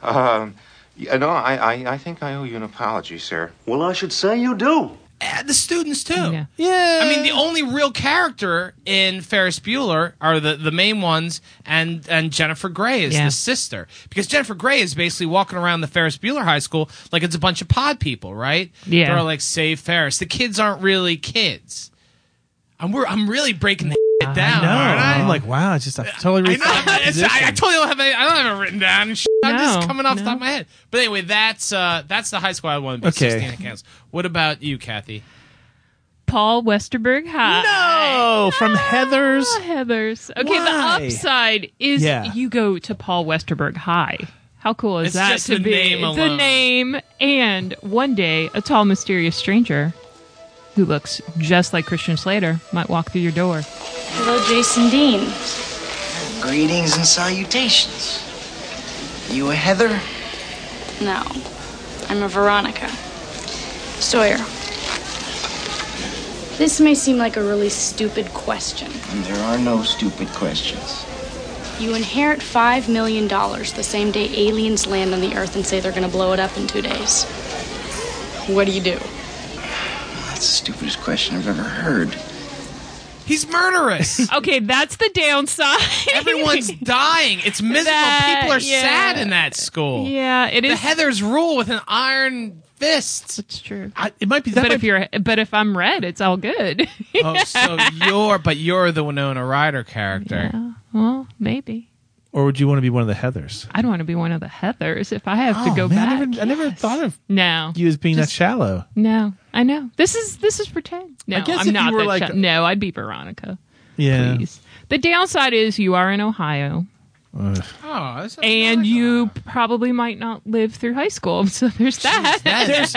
[SPEAKER 3] um, y- no, I, I, I think I owe you an apology, sir. Well, I should say you do.
[SPEAKER 7] And Uh, the students too. Oh, Uh, Yeah.
[SPEAKER 11] yeah.
[SPEAKER 7] I mean, the only real character in Ferris Bueller are the, the main ones, and and Jennifer Grey is
[SPEAKER 10] Yeah.
[SPEAKER 7] the sister because Jennifer Grey is basically walking around the Ferris Bueller High School like it's a bunch of pod people, right?
[SPEAKER 10] Yeah.
[SPEAKER 7] They're all like save Ferris. The kids aren't really kids. I'm we're, I'm really breaking the
[SPEAKER 10] Oh.
[SPEAKER 7] down.
[SPEAKER 11] No,
[SPEAKER 7] aren't I?
[SPEAKER 11] I'm like, wow, it's just I totally.
[SPEAKER 7] It's- I, I totally don't have any, I don't have it written down. and shit. I'm
[SPEAKER 11] No,
[SPEAKER 7] just coming off the top of my head. But anyway, that's uh, that's the high school I want to be.
[SPEAKER 11] Okay.
[SPEAKER 7] Sixteen accounts. What about you, Kathy?
[SPEAKER 10] Paul Westerberg High.
[SPEAKER 11] No, Oh, from Heather's.
[SPEAKER 10] Heather's. Okay,
[SPEAKER 11] Why?
[SPEAKER 10] the upside is
[SPEAKER 11] Yeah.
[SPEAKER 10] you go to Paul Westerberg High. How cool is
[SPEAKER 7] It's
[SPEAKER 10] that
[SPEAKER 7] just
[SPEAKER 10] to
[SPEAKER 7] the
[SPEAKER 10] be?
[SPEAKER 7] name
[SPEAKER 10] it's a
[SPEAKER 7] alone.
[SPEAKER 10] name, and one day a tall, mysterious stranger who looks just like Christian Slater might walk through your door.
[SPEAKER 18] Hello, Jason Dean.
[SPEAKER 14] Greetings and salutations. You a Heather?
[SPEAKER 5] No, I'm a Veronica. Sawyer. This may seem like a really stupid question.
[SPEAKER 14] And there are no stupid questions.
[SPEAKER 5] You inherit $5 million the same day aliens land on the Earth and say they're gonna blow it up in two days. What do you do?
[SPEAKER 14] That's the stupidest question I've ever heard.
[SPEAKER 7] He's murderous.
[SPEAKER 10] okay, that's the downside.
[SPEAKER 7] Everyone's dying. It's miserable.
[SPEAKER 10] That-
[SPEAKER 7] People are
[SPEAKER 10] yeah.
[SPEAKER 7] sad in that school.
[SPEAKER 10] Yeah, it
[SPEAKER 7] the
[SPEAKER 10] is-
[SPEAKER 7] Heather's rule with an iron fist.
[SPEAKER 10] It's true.
[SPEAKER 11] it might be
[SPEAKER 10] but if you're, but if I'm red, it's all good.
[SPEAKER 7] oh, so you're but you're the Winona Ryder character.
[SPEAKER 10] well, maybe.
[SPEAKER 11] Or would you want to be one of the Heathers?
[SPEAKER 10] I don't want to be one of the Heathers if I have to
[SPEAKER 11] Oh,
[SPEAKER 10] go back.
[SPEAKER 11] man, I never, I never thought of
[SPEAKER 10] no.
[SPEAKER 11] you as being that shallow.
[SPEAKER 10] No, I know. This is this is pretend. No,
[SPEAKER 11] I guess
[SPEAKER 10] am
[SPEAKER 11] if you
[SPEAKER 10] not
[SPEAKER 11] were
[SPEAKER 10] that
[SPEAKER 11] like
[SPEAKER 10] shy- No, I'd be Veronica.
[SPEAKER 11] Yeah.
[SPEAKER 10] The downside is you are in Ohio,
[SPEAKER 11] Ugh.
[SPEAKER 7] Oh, that's
[SPEAKER 10] and you probably might not live through high school. So there's that.
[SPEAKER 7] That is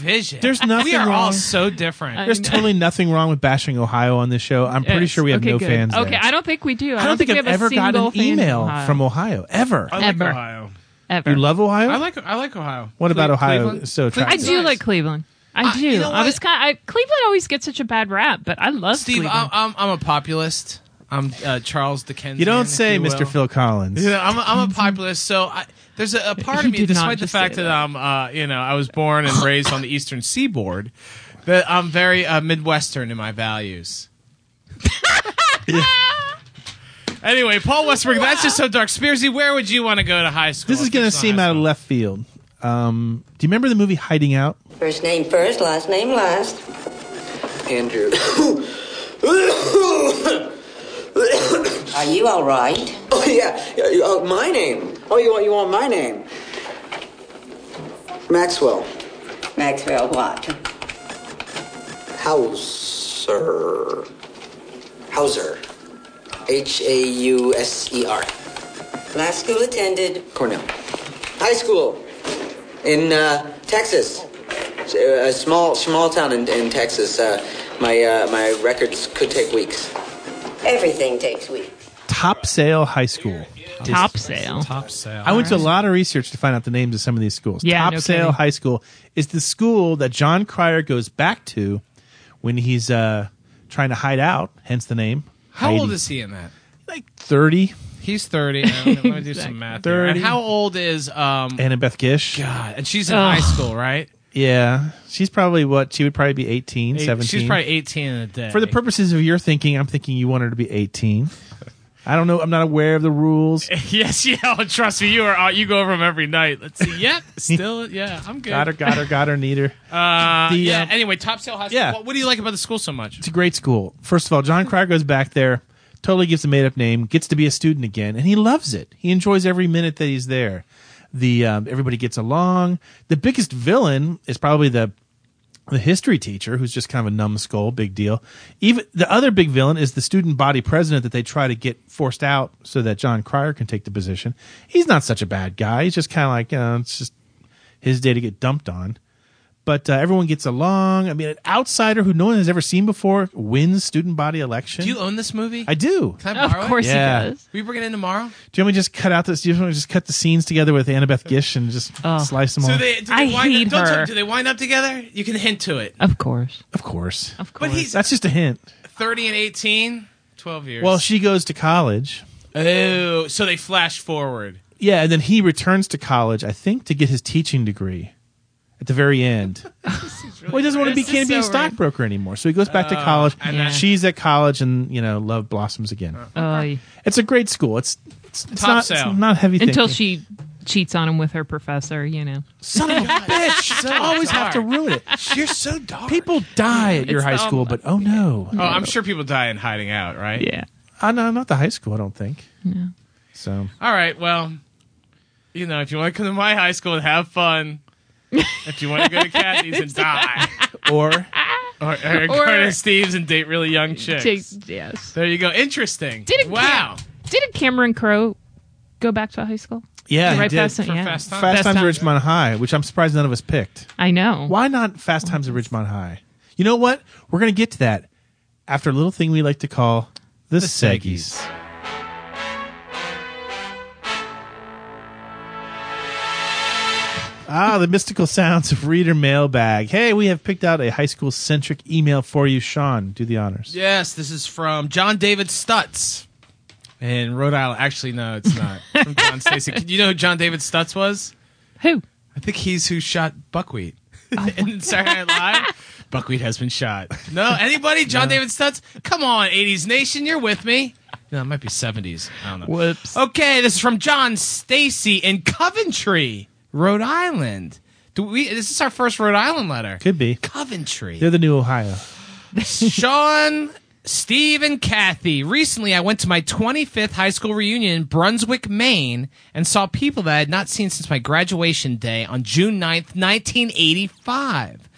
[SPEAKER 7] vision.
[SPEAKER 11] there's nothing
[SPEAKER 7] We are all
[SPEAKER 11] wrong.
[SPEAKER 7] so different.
[SPEAKER 11] There's totally nothing wrong with bashing Ohio on this show. I'm pretty
[SPEAKER 10] Yes.
[SPEAKER 11] sure we have
[SPEAKER 10] okay,
[SPEAKER 11] no
[SPEAKER 10] good.
[SPEAKER 11] fans.
[SPEAKER 10] Okay,
[SPEAKER 11] there.
[SPEAKER 10] I don't think we do. I,
[SPEAKER 11] I don't think
[SPEAKER 10] we have
[SPEAKER 11] I've
[SPEAKER 10] a
[SPEAKER 11] ever got
[SPEAKER 10] single
[SPEAKER 11] an
[SPEAKER 10] fan in
[SPEAKER 11] email
[SPEAKER 10] Ohio.
[SPEAKER 11] from Ohio ever.
[SPEAKER 10] I like Ever. Ohio. Ever.
[SPEAKER 11] You love Ohio?
[SPEAKER 7] I like I like Ohio.
[SPEAKER 11] What about
[SPEAKER 7] Cle-
[SPEAKER 11] Ohio?
[SPEAKER 7] Cleveland?
[SPEAKER 11] So
[SPEAKER 10] I
[SPEAKER 11] attractive.
[SPEAKER 10] do like Cleveland. I do.
[SPEAKER 7] Uh, know
[SPEAKER 10] I was kind. Of, I, Cleveland always gets such a bad rap, but I love
[SPEAKER 7] Steve,
[SPEAKER 10] Cleveland.
[SPEAKER 7] I'm, I'm I'm a populist. I'm uh, Charles Dickensian.
[SPEAKER 11] You don't
[SPEAKER 7] if
[SPEAKER 11] say,
[SPEAKER 7] you will.
[SPEAKER 11] Mr. Phil Collins.
[SPEAKER 7] Yeah, I'm a, I'm a populist. So I, there's a, a part
[SPEAKER 10] You
[SPEAKER 7] of me,
[SPEAKER 10] did not
[SPEAKER 7] despite the
[SPEAKER 10] just say
[SPEAKER 7] fact
[SPEAKER 10] that.
[SPEAKER 7] that, I'm, uh, you know, I was born and raised on the Eastern Seaboard, that I'm very uh, Midwestern in my values. Anyway, Paul Westbrook, that's just so dark. Spearsy, where would you want to go to high school?
[SPEAKER 11] This is going to seem out of left field. Um, do you remember the movie Hiding Out?
[SPEAKER 19] First name first, last name last.
[SPEAKER 14] Andrew.
[SPEAKER 19] Are you all right?
[SPEAKER 20] Oh yeah, yeah, you- oh, my name. Oh, you want you want my name? Maxwell.
[SPEAKER 19] Maxwell what?
[SPEAKER 20] Hauser. Hauser. H A U S E R.
[SPEAKER 19] Last school attended.
[SPEAKER 20] Cornell. High school in uh, Texas.
[SPEAKER 21] a small small town in, in Texas. Uh, my uh, my records could take weeks.
[SPEAKER 4] Everything takes weeks.
[SPEAKER 11] Top Sail High School.
[SPEAKER 10] Top
[SPEAKER 11] Is-
[SPEAKER 10] sale.
[SPEAKER 7] Top sale.
[SPEAKER 11] I went to a lot of research to find out the names of some of these schools.
[SPEAKER 10] Yeah,
[SPEAKER 11] Top
[SPEAKER 10] no
[SPEAKER 11] Sail
[SPEAKER 10] kidding.
[SPEAKER 11] High School is the school that John Cryer goes back to when he's uh, trying to hide out, hence the name.
[SPEAKER 7] How
[SPEAKER 11] Heidi.
[SPEAKER 7] old is he in that?
[SPEAKER 11] Like 30.
[SPEAKER 7] He's 30. Now. Let me do some math. here.
[SPEAKER 11] 30.
[SPEAKER 7] And how old is um
[SPEAKER 11] Annabeth Gish.
[SPEAKER 7] God, and she's in high school, right?
[SPEAKER 11] Yeah. She's probably what? She would probably be 18,
[SPEAKER 7] Eight-
[SPEAKER 11] 17.
[SPEAKER 7] She's probably 18 in a day.
[SPEAKER 11] For the purposes of your thinking, I'm thinking you want her to be 18. I don't know. I'm not aware of the rules.
[SPEAKER 7] yes, yeah. oh, trust me, you are out. You go over them every night. Let's see. Yep, still, yeah. I'm good.
[SPEAKER 11] Got her, got her, got her, need her.
[SPEAKER 7] Uh,
[SPEAKER 11] The,
[SPEAKER 7] yeah.
[SPEAKER 11] um,
[SPEAKER 7] anyway, Top Sail High School.
[SPEAKER 11] yeah.
[SPEAKER 7] What, what do you like about the school so much?
[SPEAKER 11] It's a great school. First of all, John Cryer goes back there, totally gives a made up name, gets to be a student again, and he loves it. He enjoys every minute that he's there. The um, everybody gets along. The biggest villain is probably the the history teacher, who's just kind of a numbskull, big deal. Even the other big villain is the student body president that they try to get forced out so that John Cryer can take the position. He's not such a bad guy. He's just kind of like you know, it's just his day to get dumped on but uh, everyone gets along. I mean, an outsider who no one has ever seen before wins student body election.
[SPEAKER 7] Do you own this movie?
[SPEAKER 11] I do.
[SPEAKER 7] Can I borrow it?
[SPEAKER 11] Yeah.
[SPEAKER 7] Will you bring it in tomorrow?
[SPEAKER 11] Do you want me to just cut out this? Do you want me to just cut the scenes together with Annabeth Gish and just slice them
[SPEAKER 7] Oh. So
[SPEAKER 11] all?
[SPEAKER 7] they, do they
[SPEAKER 10] I
[SPEAKER 7] wind
[SPEAKER 10] hate
[SPEAKER 7] up, don't tell me,
[SPEAKER 10] her.
[SPEAKER 7] do they wind up together? You can hint to it.
[SPEAKER 10] Of course.
[SPEAKER 11] of course. Of
[SPEAKER 7] course. But he's-
[SPEAKER 11] That's just a hint.
[SPEAKER 7] 30 and 18, 12 years.
[SPEAKER 11] Well, she goes to college.
[SPEAKER 7] oh, so they flash forward.
[SPEAKER 11] Yeah, and then he returns to college, I think, to get his teaching degree at the very end. well, he doesn't want to be
[SPEAKER 7] This is
[SPEAKER 11] can't be a
[SPEAKER 7] so weird.
[SPEAKER 11] stockbroker anymore, so he goes back to
[SPEAKER 7] Oh,
[SPEAKER 11] college.
[SPEAKER 7] and Yeah. that-
[SPEAKER 11] She's at college, and you know, love blossoms again.
[SPEAKER 10] Oh,
[SPEAKER 11] It's a great school. It's it's, it's
[SPEAKER 10] Top
[SPEAKER 11] not it's
[SPEAKER 10] sale.
[SPEAKER 11] not heavy
[SPEAKER 10] Until
[SPEAKER 11] thinking.
[SPEAKER 10] she cheats on him with her professor, you know.
[SPEAKER 11] Son of a bitch! I always have to ruin it.
[SPEAKER 7] You're so dark.
[SPEAKER 11] People die at your
[SPEAKER 7] It's
[SPEAKER 11] high
[SPEAKER 7] the-
[SPEAKER 11] school, but oh no!
[SPEAKER 7] Oh, I'm sure people die in hiding out, right?
[SPEAKER 11] Yeah. Uh, no, not the high school. I don't think. So
[SPEAKER 7] All right. Well, you know, if you want to come to my high school and have fun, if you want to go to Kathy's and die,
[SPEAKER 11] or
[SPEAKER 7] or, or,
[SPEAKER 10] Or-
[SPEAKER 7] go to Steve's and date really young chicks.
[SPEAKER 10] Take- yes.
[SPEAKER 7] There you go. Interesting.
[SPEAKER 10] Didn't
[SPEAKER 7] wow.
[SPEAKER 10] Cam- didn't Cameron Crowe go back to high school?
[SPEAKER 11] yeah, he
[SPEAKER 10] right
[SPEAKER 11] did.
[SPEAKER 10] past yeah.
[SPEAKER 11] Fast Times, at Richmond High, which I'm surprised none of us picked.
[SPEAKER 10] I know.
[SPEAKER 11] Why not Fast
[SPEAKER 10] Oh,
[SPEAKER 11] Times at Richmond High? You know what? We're gonna get to that after a little thing we like to call the, Seggies. Ah, the mystical sounds of reader mailbag. Hey, we have picked out a high school centric email for you, Sean. Do the honors.
[SPEAKER 7] Yes, this is from John David Stutz in Rhode Island. Actually, no, it's not. from John Stacy. You know who John David Stutz was?
[SPEAKER 10] Who?
[SPEAKER 7] I think he's who shot Buckwheat. in Saturday Night Live, Buckwheat has been shot. No, anybody? John David Stutz? Come on, 80s Nation, you're with me. No, it might be 70s. I don't know.
[SPEAKER 10] Whoops.
[SPEAKER 7] Okay, this is from John Stacy in Coventry, Rhode Island. Do we? This is our first Rhode Island letter.
[SPEAKER 11] Could be.
[SPEAKER 7] Coventry.
[SPEAKER 11] They're the new Ohio.
[SPEAKER 7] Sean, Steve, and Kathy. Recently, I went to my 25th high school reunion in Brunswick, Maine, and saw people that I had not seen since my graduation day on June 9th, 1985.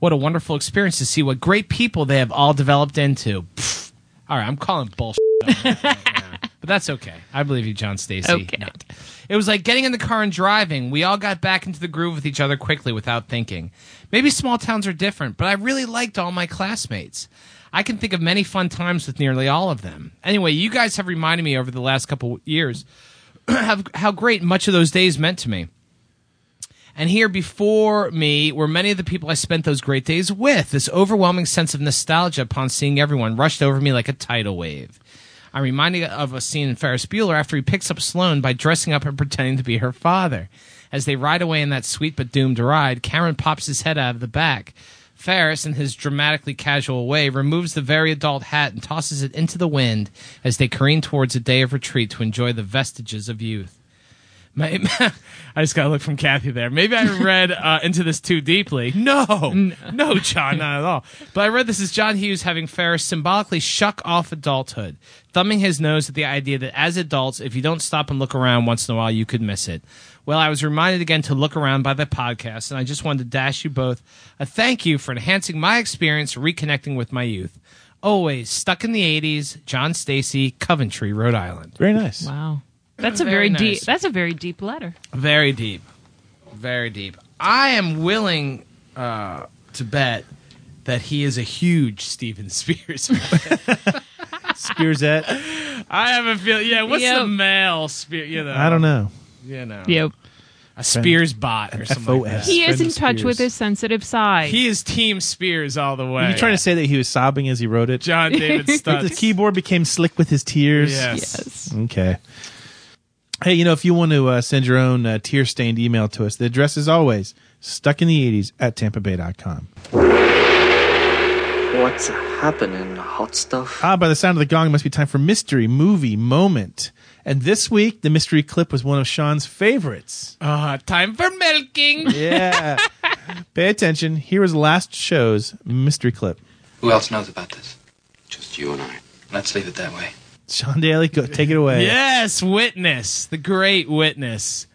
[SPEAKER 7] What a wonderful experience to see what great people they have all developed into. Pfft. All right, I'm calling bullshit. on that right now. But that's okay. I believe you, John Stacy.
[SPEAKER 10] Okay.
[SPEAKER 7] Not. It was like getting in the car and driving. We all got back into the groove with each other quickly without thinking. Maybe small towns are different, but I really liked all my classmates. I can think of many fun times with nearly all of them. Anyway, you guys have reminded me over the last couple years of how great much of those days meant to me. And here before me were many of the people I spent those great days with. This overwhelming sense of nostalgia upon seeing everyone rushed over me like a tidal wave. I'm reminded of a scene in Ferris Bueller after he picks up Sloane by dressing up and pretending to be her father. As they ride away in that sweet but doomed ride, Cameron pops his head out of the back. Ferris, in his dramatically casual way, removes the very adult hat and tosses it into the wind as they careen towards a day of retreat to enjoy the vestiges of youth. My, I just got to look from Kathy there. Maybe I read uh, into this too deeply. No, no, John, not at all. But I read this as John Hughes having Ferris symbolically shuck off adulthood, thumbing his nose at the idea that as adults, if you don't stop and look around once in a while, you could miss it. Well, I was reminded again to look around by the podcast, and I just wanted to dash you both a thank you for enhancing my experience reconnecting with my youth. Always stuck in the 80s, John Stacy, Coventry, Rhode Island.
[SPEAKER 11] Very nice.
[SPEAKER 10] Wow. That's a
[SPEAKER 7] Very
[SPEAKER 10] very,
[SPEAKER 7] nice.
[SPEAKER 10] deep that's a very deep letter.
[SPEAKER 7] Very deep. Very deep. I am willing uh, to bet that he is a huge Steven Spears fan.
[SPEAKER 11] Spears at.
[SPEAKER 7] I have a feeling. Yeah, what's
[SPEAKER 10] Yep.
[SPEAKER 7] the male Spear? You know,
[SPEAKER 11] I don't know.
[SPEAKER 7] You know,
[SPEAKER 10] Yep.
[SPEAKER 7] a Spears bot or something. Like that.
[SPEAKER 10] He is in touch with his sensitive side.
[SPEAKER 7] He is Team Spears all the
[SPEAKER 11] Are
[SPEAKER 7] way.
[SPEAKER 11] you trying to say that he was sobbing as he wrote it?
[SPEAKER 7] John David
[SPEAKER 11] That the
[SPEAKER 7] Stutz.
[SPEAKER 11] keyboard became slick with his tears.
[SPEAKER 7] Yes.
[SPEAKER 11] Okay. Hey, you know, if you want to uh, send your own uh, tear stained email to us, the address is always stuck in the 80s at tampabay.com.
[SPEAKER 4] What's happening, hot stuff?
[SPEAKER 11] Ah, by the sound of the gong, it must be time for mystery movie moment. And this week, the mystery clip was one of Sean's favorites.
[SPEAKER 7] Uh, time for milking.
[SPEAKER 11] Yeah. Pay attention. Here is last show's mystery clip.
[SPEAKER 22] Who else knows about this? Just you and I. Let's leave it that way.
[SPEAKER 11] Sean Daly, go, take it away.
[SPEAKER 7] Yes, witness, the great witness.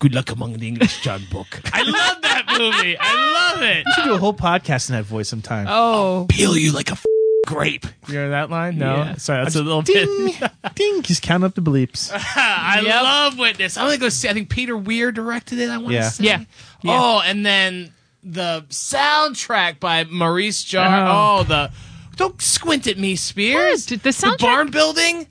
[SPEAKER 7] Good luck among the English, John Book. I love that movie. I love it.
[SPEAKER 11] You should do a whole podcast in that voice sometime.
[SPEAKER 10] Oh,
[SPEAKER 7] peel you like a f- grape. You hear that line? No,
[SPEAKER 11] Yeah.
[SPEAKER 7] sorry, that's a
[SPEAKER 11] I'm-
[SPEAKER 7] little
[SPEAKER 11] ding,
[SPEAKER 7] bit.
[SPEAKER 11] ding. Just count up the bleeps.
[SPEAKER 7] I love Witness. I'm gonna go see. I think Peter Weir directed it. I want to
[SPEAKER 11] Yeah.
[SPEAKER 7] say.
[SPEAKER 11] Yeah. Yeah.
[SPEAKER 7] Oh, and then the soundtrack by Maurice Jarre.
[SPEAKER 11] Oh.
[SPEAKER 7] Oh. the don't squint at me, Spears.
[SPEAKER 10] the
[SPEAKER 7] barn building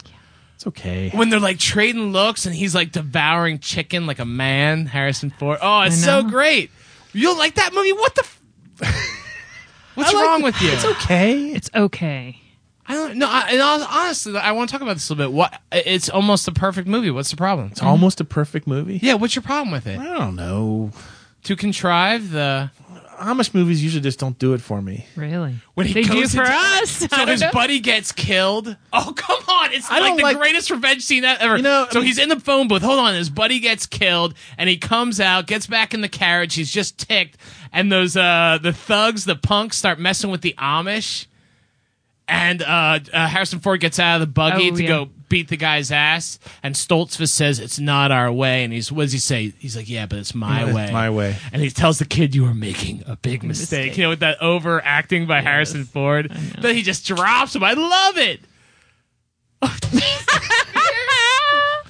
[SPEAKER 11] It's okay.
[SPEAKER 7] when they're like trading looks and he's like devouring chicken like a man. Harrison Ford. Oh, it's
[SPEAKER 11] I
[SPEAKER 7] so
[SPEAKER 11] know.
[SPEAKER 7] great. You'll like that movie. What the. F- What's wrong with you?
[SPEAKER 10] It's
[SPEAKER 11] okay.
[SPEAKER 10] It's okay.
[SPEAKER 7] I don't know. I- And hon- honestly, I want to talk about this a little bit. What? It's almost the perfect movie. What's the problem?
[SPEAKER 11] It's almost a perfect movie.
[SPEAKER 7] Yeah. What's your problem with it?
[SPEAKER 11] I don't know.
[SPEAKER 7] To contrive the
[SPEAKER 11] Amish movies usually just don't do it for me.
[SPEAKER 10] Really?
[SPEAKER 7] when he
[SPEAKER 10] They do
[SPEAKER 7] goes
[SPEAKER 10] for
[SPEAKER 7] into-
[SPEAKER 10] us. I
[SPEAKER 7] So
[SPEAKER 10] don't
[SPEAKER 7] his
[SPEAKER 10] know.
[SPEAKER 7] buddy gets killed. Oh come on! It's
[SPEAKER 11] I
[SPEAKER 7] like
[SPEAKER 11] don't
[SPEAKER 7] the
[SPEAKER 11] like-
[SPEAKER 7] greatest revenge scene e-, ever.
[SPEAKER 11] know, I
[SPEAKER 7] so
[SPEAKER 11] mean-
[SPEAKER 7] he's in the phone booth. Hold on, his buddy gets killed, and he comes out, gets back in the carriage. He's just ticked, and those uh the thugs, the punks, start messing with the Amish. And uh, uh, Harrison Ford gets out of the buggy
[SPEAKER 10] Oh,
[SPEAKER 7] to
[SPEAKER 10] yeah.
[SPEAKER 7] go beat the guy's ass, and Stoltzfus says it's not our way. And he's what does he say? He's like, yeah, but it's my
[SPEAKER 11] Yeah, it's
[SPEAKER 7] way,
[SPEAKER 11] my way.
[SPEAKER 7] And he tells the kid you are making a big mistake. You know, with that overacting by Harrison Ford, then he just drops him. I love it.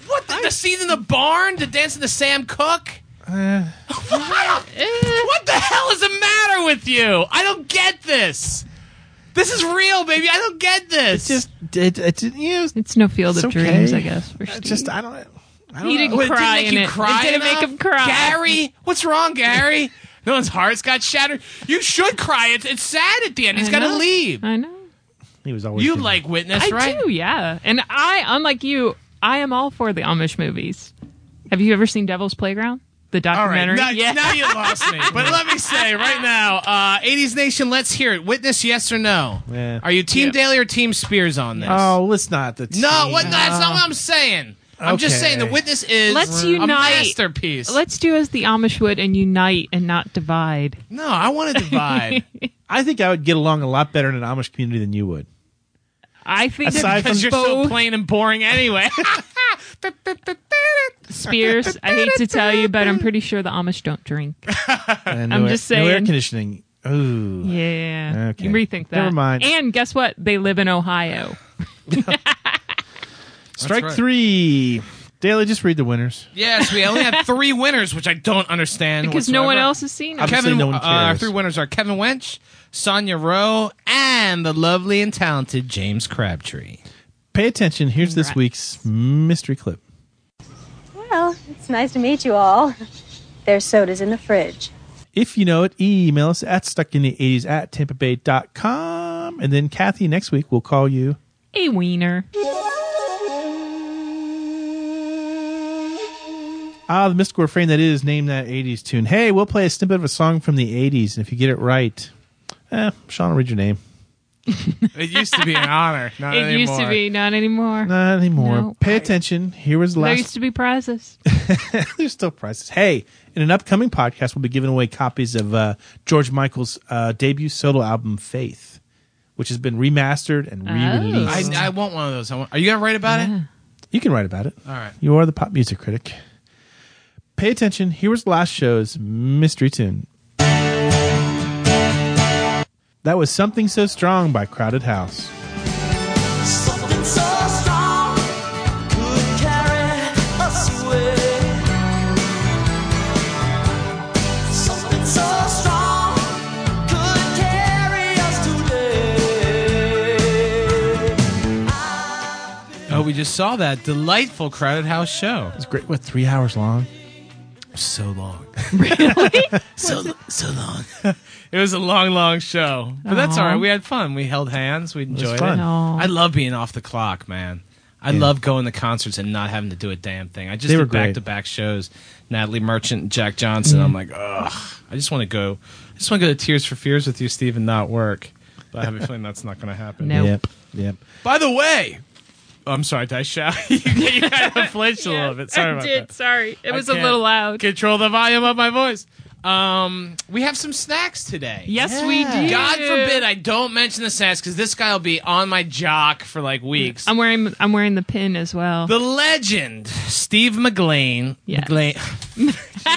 [SPEAKER 7] what the, the scene in the barn, the dance in the Sam Cook.
[SPEAKER 11] Uh,
[SPEAKER 7] What? what the hell is the matter with you? I don't get this. This is real, baby. I don't get this.
[SPEAKER 11] it's just it, it, you know,
[SPEAKER 10] It's no field
[SPEAKER 11] It's
[SPEAKER 10] of
[SPEAKER 11] okay.
[SPEAKER 10] dreams, I guess. For
[SPEAKER 11] I
[SPEAKER 10] Steve.
[SPEAKER 11] just I don't. I don't
[SPEAKER 10] He didn't
[SPEAKER 11] know.
[SPEAKER 7] What,
[SPEAKER 10] cry
[SPEAKER 7] Oh, It didn't
[SPEAKER 10] in
[SPEAKER 7] make you
[SPEAKER 10] it.
[SPEAKER 7] cry.
[SPEAKER 10] It didn't make
[SPEAKER 7] enough?
[SPEAKER 10] him cry.
[SPEAKER 7] Gary, what's wrong, Gary? no one's heart's got shattered. You should cry. It's, it's sad at the end. He's
[SPEAKER 10] I
[SPEAKER 7] got to
[SPEAKER 10] know.
[SPEAKER 7] leave.
[SPEAKER 10] I know.
[SPEAKER 11] He was always
[SPEAKER 7] You
[SPEAKER 11] doing
[SPEAKER 7] like witness,
[SPEAKER 10] I
[SPEAKER 7] right?
[SPEAKER 10] do, yeah. And I, unlike you, I am all for the Amish movies. Have you ever seen Devil's Playground? The
[SPEAKER 7] All right,
[SPEAKER 10] documentary?
[SPEAKER 7] now,
[SPEAKER 10] yeah.
[SPEAKER 7] now you lost me. But let me say right now, uh, 80s Nation, let's hear it. Witness, yes or no?
[SPEAKER 11] that. Yeah.
[SPEAKER 7] Are you Team Daly or Team Spears on this?
[SPEAKER 11] Oh, let's not. The
[SPEAKER 7] No,
[SPEAKER 11] team.
[SPEAKER 7] what, that's not what I'm saying. I'm just
[SPEAKER 11] Okay.
[SPEAKER 7] saying the witness is
[SPEAKER 10] Let's
[SPEAKER 7] a
[SPEAKER 10] unite.
[SPEAKER 7] masterpiece.
[SPEAKER 10] Let's do as the Amish would and unite and not divide.
[SPEAKER 7] no, I want to divide.
[SPEAKER 11] I think I would get along a lot better in an Amish community than you would.
[SPEAKER 10] I think
[SPEAKER 11] Aside
[SPEAKER 10] that
[SPEAKER 7] because you're so
[SPEAKER 10] both
[SPEAKER 7] plain and boring anyway.
[SPEAKER 10] Spears, I hate to tell you, but I'm pretty sure the Amish don't drink.
[SPEAKER 11] And
[SPEAKER 10] I'm
[SPEAKER 11] no
[SPEAKER 10] just
[SPEAKER 11] air, No air
[SPEAKER 10] saying.
[SPEAKER 11] conditioning. Ooh.
[SPEAKER 10] Yeah.
[SPEAKER 11] Okay.
[SPEAKER 10] You rethink that.
[SPEAKER 11] Never mind.
[SPEAKER 10] And guess what? They live in Ohio.
[SPEAKER 11] Strike
[SPEAKER 7] right.
[SPEAKER 11] three. Daily, just read the winners.
[SPEAKER 7] yes, we only have three winners, which I don't understand.
[SPEAKER 10] Because no one
[SPEAKER 7] whatsoever.
[SPEAKER 10] else has seen it.
[SPEAKER 11] Obviously,
[SPEAKER 7] Kevin,
[SPEAKER 11] no one
[SPEAKER 7] uh, our
[SPEAKER 11] cares.
[SPEAKER 7] three winners are Kevin Wench, Sonia Rowe, and the lovely and talented James Crabtree.
[SPEAKER 11] Pay attention. Here's this week's mystery clip.
[SPEAKER 23] Well, it's nice to meet you all. There's sodas in the fridge.
[SPEAKER 11] If you know it, email us at stuckinthe80s at tampabay.com. And then, Kathy, next week we'll call you.
[SPEAKER 10] A wiener.
[SPEAKER 11] Ah, the mystical refrain that is, name that 80s tune. Hey, we'll play a snippet of a song from the 80s. And if you get it right, eh, Sean will read your name.
[SPEAKER 7] It used to be an honor. Not
[SPEAKER 10] it
[SPEAKER 7] anymore.
[SPEAKER 10] used to be, not anymore.
[SPEAKER 11] Not anymore.
[SPEAKER 10] No.
[SPEAKER 11] Pay attention. Here was
[SPEAKER 10] There
[SPEAKER 11] last
[SPEAKER 10] used to be prizes.
[SPEAKER 11] There's still prizes. Hey, in an upcoming podcast, we'll be giving away copies of uh, George Michael's uh, debut solo album, Faith, which has been remastered and re released.
[SPEAKER 7] I, I want one of those. I want, are you gonna write about it?
[SPEAKER 11] You can write about it.
[SPEAKER 7] All right.
[SPEAKER 11] You are the pop music critic. Pay attention. Here was last show's mystery tune. That was Something So Strong by Crowded House.
[SPEAKER 24] Something so strong could carry us away. Something so strong
[SPEAKER 7] Oh, just saw that delightful Crowded House show.
[SPEAKER 11] It's great. What, three hours long?
[SPEAKER 7] So long.
[SPEAKER 10] Really?
[SPEAKER 7] so, so long. it was a long, long show. But that's
[SPEAKER 10] Aw.
[SPEAKER 7] all right. We had fun. We held hands. We enjoyed it.
[SPEAKER 11] fun.
[SPEAKER 10] Aw.
[SPEAKER 7] I love being off the clock, man. I
[SPEAKER 11] Yeah.
[SPEAKER 7] love going to concerts and not having to do a damn thing. I just
[SPEAKER 11] They were
[SPEAKER 7] did
[SPEAKER 11] great.
[SPEAKER 7] back to back shows. Natalie Merchant and Jack Johnson. I'm like, ugh. I just want to go. I just want to go to Tears for Fears with you, Steve, and not work. But I have a feeling that's not going to happen.
[SPEAKER 10] Nope.
[SPEAKER 11] Yep. Yep.
[SPEAKER 7] By the way, I'm sorry, did I shout? you kind of flinched a little bit. Sorry
[SPEAKER 10] I
[SPEAKER 7] about
[SPEAKER 10] did.
[SPEAKER 7] that.
[SPEAKER 10] Sorry, it
[SPEAKER 7] I
[SPEAKER 10] was a
[SPEAKER 7] can't
[SPEAKER 10] little loud.
[SPEAKER 7] Control the volume of my voice. Um, we have some snacks today.
[SPEAKER 10] Yes, we do.
[SPEAKER 7] God forbid I don't mention the snacks because this guy will be on my jock for like weeks.
[SPEAKER 10] I'm wearing I'm wearing the pin as well.
[SPEAKER 7] the legend, Steve McLean.
[SPEAKER 10] Yes.
[SPEAKER 7] McLean.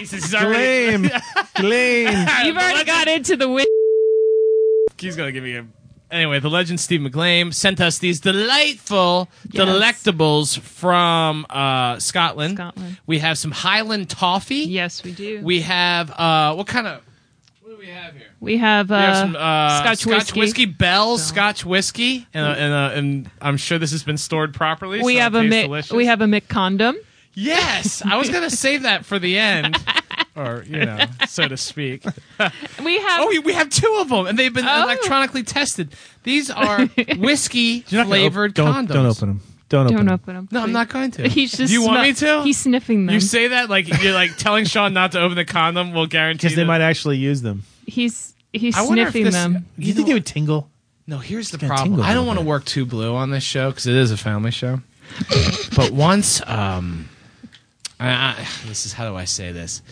[SPEAKER 7] Jesus, he's already,
[SPEAKER 11] Blame. Blame.
[SPEAKER 10] You've already got into the win.
[SPEAKER 7] he's gonna give me a. Anyway, the legend Steve McLean sent us these delightful
[SPEAKER 10] Yes.
[SPEAKER 7] delectables from uh, Scotland.
[SPEAKER 10] Scotland.
[SPEAKER 7] We have some Highland toffee.
[SPEAKER 10] Yes, we do.
[SPEAKER 7] We have uh, what kind of? What do we have here?
[SPEAKER 10] We have, uh,
[SPEAKER 7] We have some uh,
[SPEAKER 10] Scotch, whiskey.
[SPEAKER 7] Bell, Scotch whiskey, and, uh, and, uh, and I'm sure this has been stored properly.
[SPEAKER 10] We
[SPEAKER 7] so
[SPEAKER 10] have
[SPEAKER 7] it
[SPEAKER 10] a
[SPEAKER 7] tastes
[SPEAKER 10] Mc,
[SPEAKER 7] delicious.
[SPEAKER 10] we have a McCondom.
[SPEAKER 7] yes. I was gonna save that for the end, or you know, so to speak.
[SPEAKER 10] We have
[SPEAKER 7] Oh, we, we have two of them, and they've been
[SPEAKER 10] Oh.
[SPEAKER 7] electronically tested. These are whiskey
[SPEAKER 11] You're not gonna op-
[SPEAKER 7] flavored
[SPEAKER 11] don't,
[SPEAKER 7] condoms.
[SPEAKER 11] Don't open them. Don't open
[SPEAKER 10] don't
[SPEAKER 11] them.
[SPEAKER 10] open them.
[SPEAKER 7] No, I'm not going to.
[SPEAKER 10] He's just.
[SPEAKER 7] Do you want me
[SPEAKER 10] smell-
[SPEAKER 7] to?
[SPEAKER 10] He's sniffing them.
[SPEAKER 7] You say that like you're like telling Sean not to open the condom. We'll guarantee
[SPEAKER 11] Because they
[SPEAKER 7] that-
[SPEAKER 11] might actually use them.
[SPEAKER 10] he's he's
[SPEAKER 7] I wonder if
[SPEAKER 10] sniffing
[SPEAKER 7] this-
[SPEAKER 10] them.
[SPEAKER 11] Do you think they would tingle?
[SPEAKER 7] No, here's the
[SPEAKER 11] gonna
[SPEAKER 7] problem.
[SPEAKER 11] tingle a
[SPEAKER 7] I don't
[SPEAKER 11] little
[SPEAKER 7] want to
[SPEAKER 11] bit.
[SPEAKER 7] work too blue on this show because it is a family show. but once, um, I, I, this is how do I say this?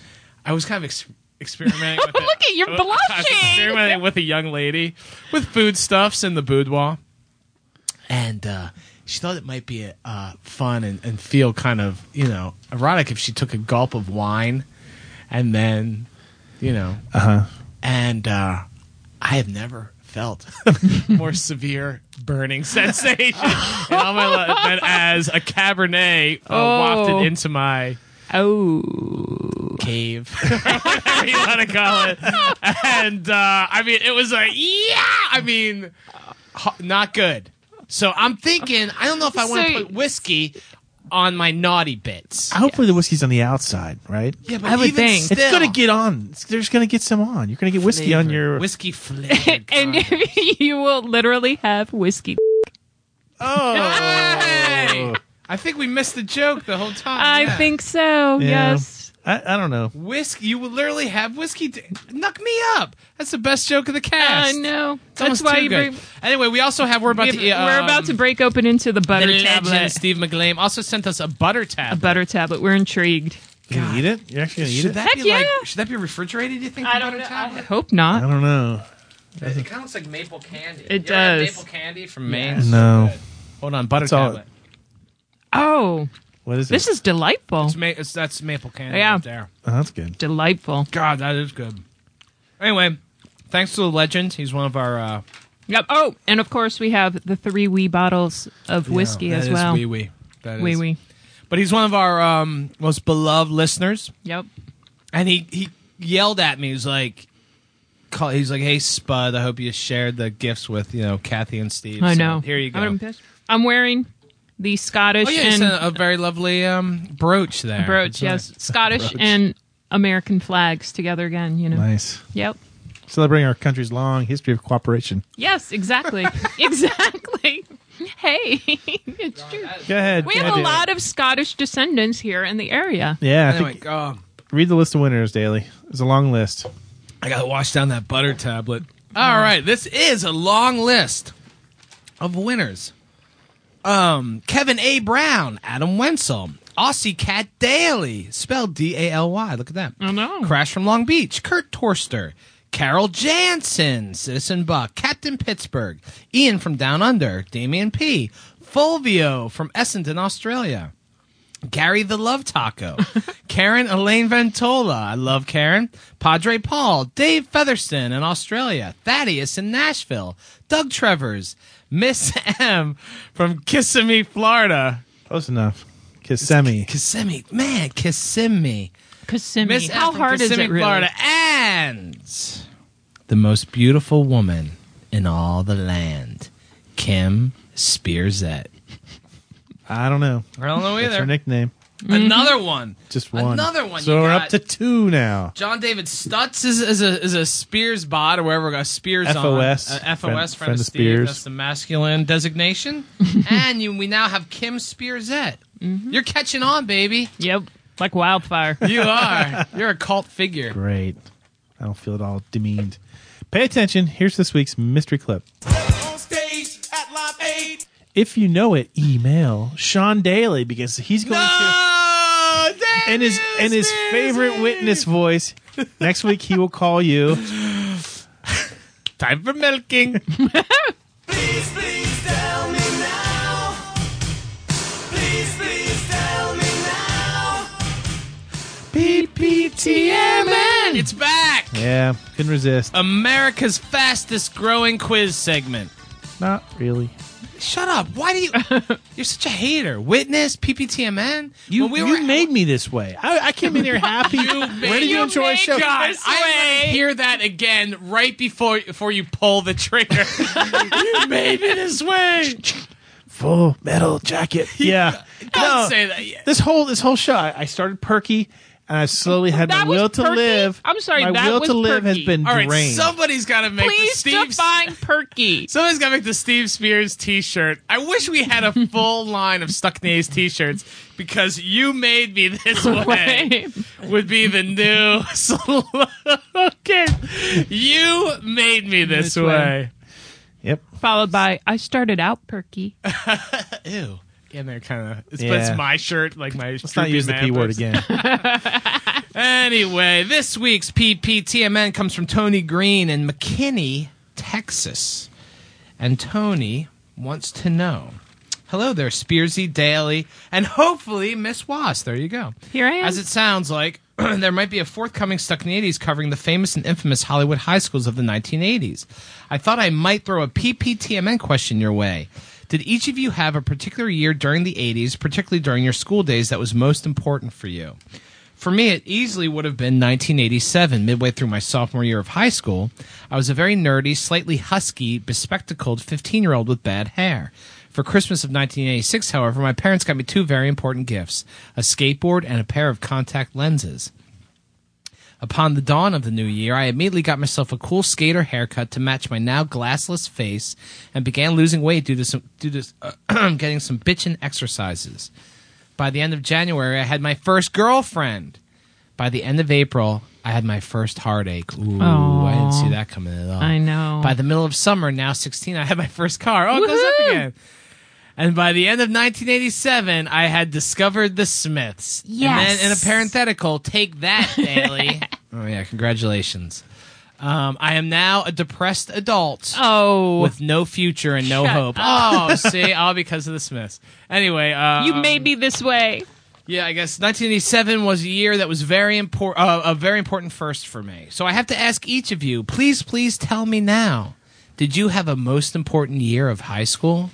[SPEAKER 7] I was kind of ex- experimenting. With
[SPEAKER 10] Look at-
[SPEAKER 7] it.
[SPEAKER 10] you're
[SPEAKER 7] I was
[SPEAKER 10] blushing!
[SPEAKER 7] experimenting with a young lady with foodstuffs in the boudoir, and uh, she thought it might be uh, fun and, and feel kind of you know erotic if she took a gulp of wine, and then you know
[SPEAKER 10] Uh-huh.
[SPEAKER 11] Uh huh.
[SPEAKER 7] and uh, I have never felt more severe burning sensation in all my life than as a Cabernet uh,
[SPEAKER 10] Oh.
[SPEAKER 7] wafted into my
[SPEAKER 10] Oh,
[SPEAKER 7] cave, whatever you want to call it. And uh, I mean, it was a yeah. I mean, ho- not good. So I'm thinking, I don't know if I want to
[SPEAKER 10] So-
[SPEAKER 7] put whiskey on my naughty bits.
[SPEAKER 11] Hopefully the whiskey's on the outside, right?
[SPEAKER 7] Yeah, but
[SPEAKER 10] I would think.
[SPEAKER 11] It's gonna get on. It's- There's gonna get some on. You're gonna get whiskey on your.
[SPEAKER 7] whiskey flavored.
[SPEAKER 10] and you will literally have whiskey.
[SPEAKER 7] Oh, Hey! I think we missed the joke the whole time.
[SPEAKER 10] I
[SPEAKER 7] yeah.
[SPEAKER 10] think so.
[SPEAKER 11] Yeah.
[SPEAKER 10] Yes.
[SPEAKER 11] I, I don't know.
[SPEAKER 7] whiskey. You will literally have whiskey. d Knock me up. That's the best joke of the
[SPEAKER 10] I
[SPEAKER 7] cast.
[SPEAKER 10] know.
[SPEAKER 7] It's
[SPEAKER 10] That's
[SPEAKER 7] almost
[SPEAKER 10] why
[SPEAKER 7] too
[SPEAKER 10] you
[SPEAKER 7] good.
[SPEAKER 10] bring.
[SPEAKER 7] Anyway, we also have. We're about
[SPEAKER 10] We're,
[SPEAKER 7] to. eat, um,
[SPEAKER 10] about to break open into the
[SPEAKER 7] The
[SPEAKER 10] butter
[SPEAKER 7] legend
[SPEAKER 10] tablet.
[SPEAKER 7] Steve McLean also sent us a butter tab.
[SPEAKER 10] A butter tablet. We're intrigued.
[SPEAKER 11] You gonna eat it? You're actually gonna eat
[SPEAKER 7] Should
[SPEAKER 11] it?
[SPEAKER 7] that
[SPEAKER 10] Heck
[SPEAKER 7] be
[SPEAKER 10] yeah.
[SPEAKER 7] like? Should that be refrigerated? Do you think? the butter tablet.
[SPEAKER 10] hope
[SPEAKER 11] I
[SPEAKER 10] not.
[SPEAKER 11] don't know.
[SPEAKER 7] It kind of looks like maple candy.
[SPEAKER 10] It
[SPEAKER 7] You ever had
[SPEAKER 10] does.
[SPEAKER 7] Maple candy from Maine. It's
[SPEAKER 11] No.
[SPEAKER 7] so good. Hold on, butter
[SPEAKER 11] It's all-
[SPEAKER 7] tablet.
[SPEAKER 10] Oh,
[SPEAKER 11] What is it?
[SPEAKER 10] this is delightful.
[SPEAKER 7] It's ma- it's, that's maple candy
[SPEAKER 10] Yeah.
[SPEAKER 7] right there.
[SPEAKER 11] Oh, that's good.
[SPEAKER 10] Delightful.
[SPEAKER 7] God, that is good. Anyway, thanks to the legend, he's one of our. Uh,
[SPEAKER 10] Yep. Oh, and of course we have the three wee bottles of whiskey
[SPEAKER 7] that
[SPEAKER 10] as
[SPEAKER 7] is
[SPEAKER 10] well.
[SPEAKER 7] Wee wee. That is-
[SPEAKER 10] Wee wee.
[SPEAKER 7] But he's one of our um, most beloved listeners.
[SPEAKER 10] Yep.
[SPEAKER 7] and he he yelled at me. He was like, call, he's like, "Hey Spud, I hope you shared the gifts with you know Kathy and Steve."
[SPEAKER 10] I
[SPEAKER 7] So
[SPEAKER 10] know.
[SPEAKER 7] uh, here you go.
[SPEAKER 10] I'm, gonna- I'm wearing the Scottish
[SPEAKER 7] oh yeah, you
[SPEAKER 10] and
[SPEAKER 7] sent a very lovely um, brooch there.
[SPEAKER 10] brooch.
[SPEAKER 7] That's
[SPEAKER 10] Yes,
[SPEAKER 7] right.
[SPEAKER 10] Scottish and American flags together again. You know.
[SPEAKER 11] Nice.
[SPEAKER 10] Yep.
[SPEAKER 11] Celebrating our country's long history of cooperation.
[SPEAKER 10] Yes. Exactly. exactly. Hey, it's true.
[SPEAKER 11] Go ahead.
[SPEAKER 10] We
[SPEAKER 11] go
[SPEAKER 10] have a
[SPEAKER 11] ahead,
[SPEAKER 10] lot of Scottish descendants here in the area.
[SPEAKER 11] Daly. Yeah. I
[SPEAKER 7] Anyway,
[SPEAKER 11] think,
[SPEAKER 7] oh,
[SPEAKER 11] read the list of winners daily. It's a long list.
[SPEAKER 7] I gotta wash down that butter tablet. All right, this is a long list of winners. Um, Kevin A. Brown, Adam Wenzel, Aussie Cat Daly, spelled D A L Y. Look at that.
[SPEAKER 10] I know.
[SPEAKER 7] Hmm. Crash from Long Beach, Kurt Torster, Carol Jansen, Citizen Buck, Captain Pittsburgh, Ian from Down Under, Damian P, Fulvio from Essendon, Australia, Gary the Love Taco, Karen Elaine Ventola, I love Karen, Padre Paul, Dave Featherston in Australia, Thaddeus in Nashville, Doug Trevors, Miss M from Kissimmee, Florida.
[SPEAKER 11] Close enough. Kissimmee.
[SPEAKER 7] Kissimmee, man, Kissimmee.
[SPEAKER 10] Kissimmee.
[SPEAKER 7] Miss
[SPEAKER 10] How
[SPEAKER 7] F from
[SPEAKER 10] hard is
[SPEAKER 7] Kissimmee,
[SPEAKER 10] it, really?
[SPEAKER 7] Florida, and the most beautiful woman in all the land, Kim Spearsette.
[SPEAKER 11] I don't know.
[SPEAKER 7] I don't know
[SPEAKER 11] That's
[SPEAKER 7] either.
[SPEAKER 11] her nickname.
[SPEAKER 7] Another one.
[SPEAKER 11] Just one.
[SPEAKER 7] Another one.
[SPEAKER 11] So
[SPEAKER 7] You
[SPEAKER 11] we're
[SPEAKER 7] got-
[SPEAKER 11] up to two now.
[SPEAKER 7] John David Stutz is, is a is a Spears bot or wherever a Spears
[SPEAKER 11] FOS,
[SPEAKER 7] on uh,
[SPEAKER 11] friend-
[SPEAKER 7] FOS friend,
[SPEAKER 11] friend
[SPEAKER 7] of
[SPEAKER 11] of
[SPEAKER 7] Steve.
[SPEAKER 11] Spears.
[SPEAKER 7] That's the masculine designation. and you, we now have Kim Spearsette.
[SPEAKER 10] Mm-hmm.
[SPEAKER 7] You're catching on, baby.
[SPEAKER 10] Yep, like wildfire.
[SPEAKER 7] You are. You're a cult figure.
[SPEAKER 11] Great. I don't feel at all demeaned. Pay attention. Here's this week's mystery clip. If you know it, email Sean Daly because he's going
[SPEAKER 7] Oh,
[SPEAKER 11] to and his and his favorite witness voice. Next week he will call you.
[SPEAKER 7] Time for milking.
[SPEAKER 25] PPTMN. It's back.
[SPEAKER 11] Yeah, couldn't resist.
[SPEAKER 7] America's fastest growing quiz segment.
[SPEAKER 11] Not really.
[SPEAKER 7] Shut up. Why do you You're such a hater. Witness PPTMN.
[SPEAKER 11] You,
[SPEAKER 7] When we
[SPEAKER 11] you made me this way. I, I came in here happy. Where did you, enjoy our show?
[SPEAKER 7] God, I want to hear that again right before before you pull the trigger. you made it this way.
[SPEAKER 11] Full metal jacket. Yeah.
[SPEAKER 7] Don't say that. Yeah.
[SPEAKER 11] This whole this whole show, I, I started perky, and I slowly had
[SPEAKER 10] That
[SPEAKER 11] my
[SPEAKER 10] was
[SPEAKER 11] will to
[SPEAKER 10] perky?
[SPEAKER 11] live.
[SPEAKER 10] I'm sorry,
[SPEAKER 11] my
[SPEAKER 10] that
[SPEAKER 11] will
[SPEAKER 10] was
[SPEAKER 11] to live has
[SPEAKER 10] perky.
[SPEAKER 11] been
[SPEAKER 7] All right,
[SPEAKER 11] drained.
[SPEAKER 7] somebody's got to make
[SPEAKER 10] Please
[SPEAKER 7] the Steve.
[SPEAKER 10] define perky.
[SPEAKER 7] Somebody's got to make the Steve Spears T-shirt. I wish we had a full line of Stuck Knees T-shirts because you made me this way. Would be the new slogan. You made me this,
[SPEAKER 10] This way.
[SPEAKER 7] way.
[SPEAKER 11] Yep.
[SPEAKER 10] Followed by, I started out perky.
[SPEAKER 7] Ew. Yeah, they're kind of. It's,
[SPEAKER 11] Yeah.
[SPEAKER 7] but it's my shirt, like my.
[SPEAKER 11] Let's not use the p word again.
[SPEAKER 7] Anyway, this week's PPTMN comes from Tony Green in McKinney, Texas. And Tony wants to know Hello there, Spearsy Daily, and hopefully Miss Was. There you go.
[SPEAKER 10] Here I am.
[SPEAKER 7] As it sounds like, there might be a forthcoming Stuck in the 80s covering the famous and infamous Hollywood high schools of the 1980s. I thought I might throw a PPTMN question your way. Did each of you have a particular year during the 80s, particularly during your school days, that was most important for you? For me, it easily would have been 1987, midway through my sophomore year of high school. I was a very nerdy, slightly husky, bespectacled 15 year old with bad hair. For Christmas of 1986, however, my parents got me two very important gifts a skateboard and a pair of contact lenses. Upon the dawn of the new year, I immediately got myself a cool skater haircut to match my now glassless face and began losing weight due to some, due to uh, getting some bitchin' exercises. By the end of January, I had my first girlfriend. By the end of April, I had my first heartache. Ooh, I didn't see that coming at all.
[SPEAKER 10] I know.
[SPEAKER 7] By the middle of summer, now 16, I had my first car. Oh, it goes up
[SPEAKER 10] Woohoo!
[SPEAKER 7] again. And by the end of 1987, I had discovered the Smiths. And
[SPEAKER 10] Yes.
[SPEAKER 7] then in a parenthetical, take that, Bailey. oh, yeah, congratulations. Um, I am now a depressed adult
[SPEAKER 10] Oh,
[SPEAKER 7] with no future and no
[SPEAKER 10] Shut
[SPEAKER 7] hope.
[SPEAKER 10] up.
[SPEAKER 7] Oh, see, all because of the Smiths. Anyway, uh,
[SPEAKER 10] you made me this way.
[SPEAKER 7] yeah, I guess 1987 was a year that was very important, uh, a very important first for me. So I have to ask each of you, please, please tell me now, did you have a most important year of high school?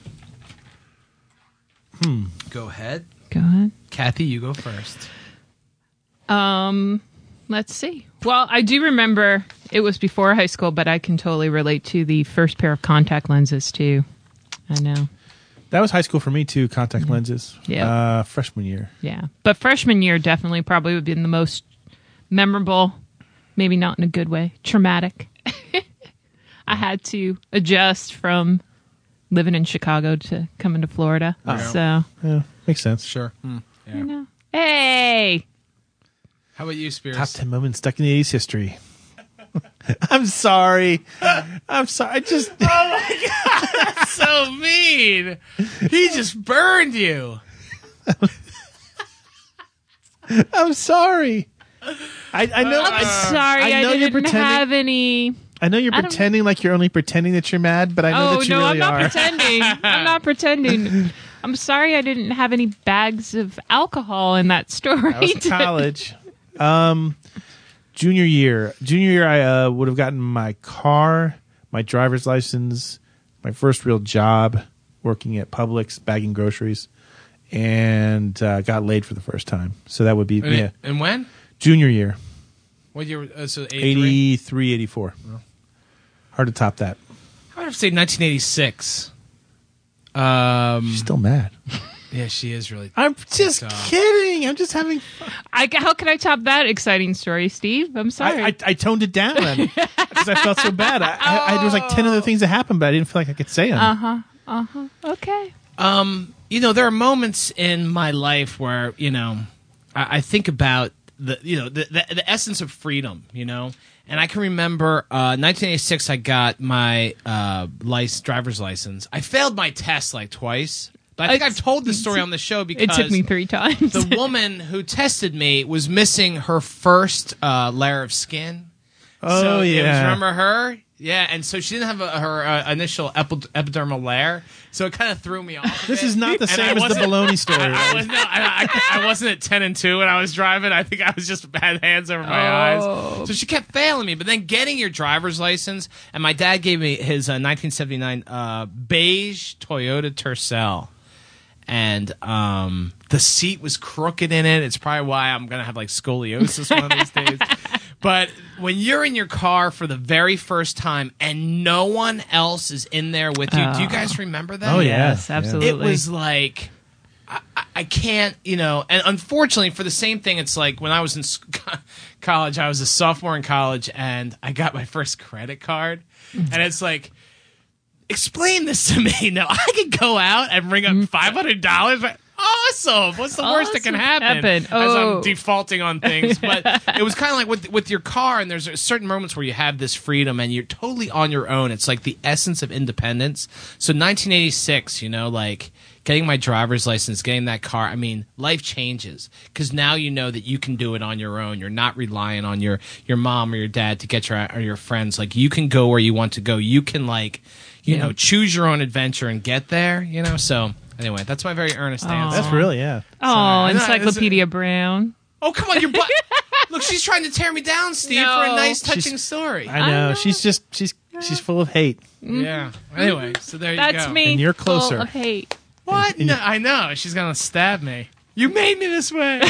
[SPEAKER 7] Hmm. Go ahead,
[SPEAKER 10] Go ahead.
[SPEAKER 7] Kathy. You go first.
[SPEAKER 10] Um, let's see. Well, I do remember it was before high school, but I can totally relate to the first pair of contact lenses too. I know.
[SPEAKER 11] That was high school for me too. Contact lenses.
[SPEAKER 10] Mm-hmm. Yeah.
[SPEAKER 11] Uh, freshman year.
[SPEAKER 10] Yeah. But freshman year definitely probably would have been the most memorable, maybe not in a good way, traumatic. I had to adjust from living in Chicago to coming to Florida. So,
[SPEAKER 11] Oh. Yeah, makes sense.
[SPEAKER 7] Sure.
[SPEAKER 10] you know. Hey,
[SPEAKER 7] How about you, Spears?
[SPEAKER 11] Top ten moments stuck in the eighties history. I'm sorry. I'm sorry. I just
[SPEAKER 7] so mean. He just burned you.
[SPEAKER 11] I'm sorry. I, I know.
[SPEAKER 10] I'm
[SPEAKER 11] I,
[SPEAKER 10] sorry I,
[SPEAKER 11] I know you're
[SPEAKER 10] didn't
[SPEAKER 11] pretending.
[SPEAKER 10] have any.
[SPEAKER 11] I know you're
[SPEAKER 10] Uh, I don't-
[SPEAKER 11] pretending like you're only pretending that you're mad, but I know
[SPEAKER 10] Oh
[SPEAKER 11] that you
[SPEAKER 10] no,
[SPEAKER 11] really
[SPEAKER 10] I'm not
[SPEAKER 11] are.
[SPEAKER 10] pretending. I'm not pretending. I'm sorry I didn't have any bags of alcohol in that story.
[SPEAKER 11] I was in college. Um, junior year. Junior year, I uh, would have gotten my car, my driver's license, my first real job working at Publix bagging groceries, and uh, got laid for the first time. So that would be
[SPEAKER 7] And,
[SPEAKER 11] yeah.
[SPEAKER 7] and when?
[SPEAKER 11] Junior year,
[SPEAKER 7] What year? Uh, so 83?
[SPEAKER 11] 83, 84. Hard to top that.
[SPEAKER 7] I would have to say 1986. Um,
[SPEAKER 11] Still mad.
[SPEAKER 7] Yeah, she is really.
[SPEAKER 11] I'm just kidding. I'm just having.
[SPEAKER 10] I, how can I top that exciting story, Steve? I'm sorry.
[SPEAKER 11] I, I, I toned it down because I felt so bad. I, I, I, there was like ten other things that happened, but I didn't feel like I could say them.
[SPEAKER 10] Uh huh. Uh huh. Okay.
[SPEAKER 7] Um, you know, there are moments in my life where you know I, I think about the you know the, the the essence of freedom. You know, and I can remember uh, 1986. I got my uh, license, driver's license. I failed my test like twice. But I think I've told this story on the show because
[SPEAKER 10] It took me three times.
[SPEAKER 7] the woman who tested me was missing her first uh, layer of skin.
[SPEAKER 11] Oh,
[SPEAKER 7] so it was-
[SPEAKER 11] yeah.
[SPEAKER 7] remember her? Yeah, and so she didn't have a, her uh, initial epi- epidermal layer, so it kind of threw me off.
[SPEAKER 11] This is not the
[SPEAKER 7] And I
[SPEAKER 11] same as the
[SPEAKER 7] wasn't-
[SPEAKER 11] baloney story.
[SPEAKER 7] I, I was no, I, I, I wasn't at ten and two when I was driving. I think I was just bad hands over my
[SPEAKER 10] Oh.
[SPEAKER 7] eyes. So she kept failing me. But then getting your driver's license, and my dad gave me his uh, 1979 uh, beige Toyota Tercel, and um, the seat was crooked in it. It's probably why I'm gonna have like scoliosis one of these days. But when you're in your car for the very first time and no one else is in there with you, do you
[SPEAKER 10] Oh.
[SPEAKER 7] guys remember that?
[SPEAKER 10] Oh, Yes, yeah. absolutely.
[SPEAKER 7] It was like I, I can't, you know, and unfortunately for the same thing, it's like when I was in s- college, I was a sophomore in college and I got my first credit card.
[SPEAKER 10] Mm-hmm.
[SPEAKER 7] And it's like, explain this to me. Now I could go out and bring up
[SPEAKER 10] Mm.
[SPEAKER 7] $500. but Awesome. What's the worst that can
[SPEAKER 10] Awesome.
[SPEAKER 7] happen?
[SPEAKER 10] Happen.
[SPEAKER 7] As
[SPEAKER 10] Oh.
[SPEAKER 7] I'm defaulting on things. But it was kind of like with with your car, and there's certain moments where you have this freedom and you're totally on your own. It's like the essence of independence. So 1986, you know, like getting my driver's license, getting that car. I mean, life changes because now you know that you can do it on your own. You're not relying on your your mom or your dad to get your or your friends. Like you can go where you want to go. You can like, you
[SPEAKER 11] Yeah.
[SPEAKER 7] know, choose your own adventure and get there. You know, so. Anyway, that's my very earnest answer.
[SPEAKER 11] That's really yeah.
[SPEAKER 10] Oh,
[SPEAKER 7] Sorry. No,
[SPEAKER 10] Encyclopedia Brown.
[SPEAKER 7] Oh, come on, your butt. Look, she's trying to tear me down, Steve, for a
[SPEAKER 10] No.
[SPEAKER 7] nice,
[SPEAKER 10] She's-
[SPEAKER 7] touching story.
[SPEAKER 11] I know. She's just she's she's full of hate.
[SPEAKER 7] Yeah. Anyway, so there you go.
[SPEAKER 10] Mm-hmm. That's me.
[SPEAKER 11] And you're
[SPEAKER 10] full
[SPEAKER 11] closer.
[SPEAKER 10] of hate.
[SPEAKER 7] What? No, I know. She's going to stab me. You made me this way.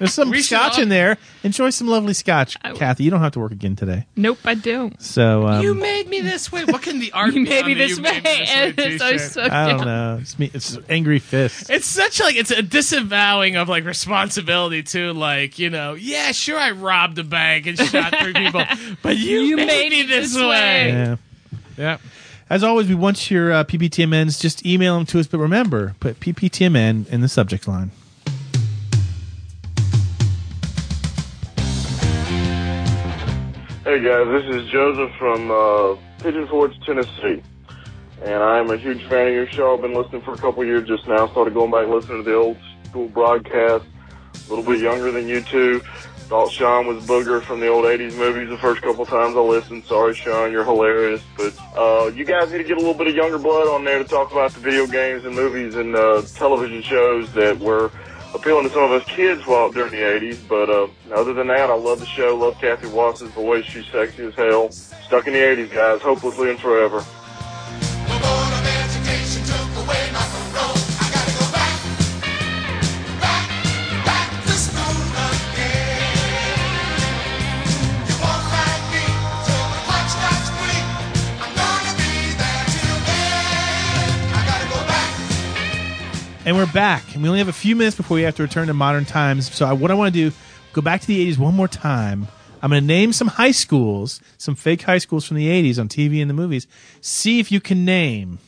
[SPEAKER 11] There's some
[SPEAKER 7] We should
[SPEAKER 11] scotch
[SPEAKER 7] all-
[SPEAKER 11] in there. Enjoy some lovely scotch, Kathy. You don't have to work again today.
[SPEAKER 10] Nope, I don't.
[SPEAKER 11] So um,
[SPEAKER 7] you made me this way. What can the art
[SPEAKER 10] You
[SPEAKER 7] be
[SPEAKER 10] made
[SPEAKER 7] on
[SPEAKER 10] me
[SPEAKER 7] the
[SPEAKER 10] this
[SPEAKER 7] you made
[SPEAKER 10] way,
[SPEAKER 7] me
[SPEAKER 10] and
[SPEAKER 7] this
[SPEAKER 10] so-
[SPEAKER 7] t-shirt?
[SPEAKER 10] so-
[SPEAKER 11] I don't know. It's me. It's angry fist.
[SPEAKER 7] It's such like it's a disavowing of like responsibility too. Like you know, yeah, sure, I robbed a bank and shot three people, but you, made, me this way.
[SPEAKER 11] Yeah.
[SPEAKER 7] Yeah.
[SPEAKER 11] As always, we want your uh, PPTMNs. Just email them to us, but remember, put PPTMN in the subject line.
[SPEAKER 26] Hey guys, this is Joseph from uh, Pigeon Forge, Tennessee, and I'm a huge fan of your show. I've been listening for a couple years just now. Started going back and listening to the old school broadcast. A little bit younger than you two. Thought Sean was Booger from the old '80s movies the first couple times I listened. Sorry, Sean, you're hilarious, but uh, you guys need to get a little bit of younger blood on there to talk about the video games and movies and uh, television shows that were appealing to some of us kids while during the 80s. But uh, other than that, I love the show. Love Kathy Watson's voice. She's sexy as hell. Stuck in the 80s, guys. Hopelessly and forever.
[SPEAKER 11] And we're back, and we only have a few minutes before we have to return to modern times. So, I, what I want to do, go back to the '80s one more time. I'm going to name some high schools, some fake high schools from the '80s on TV and the movies. See if you can name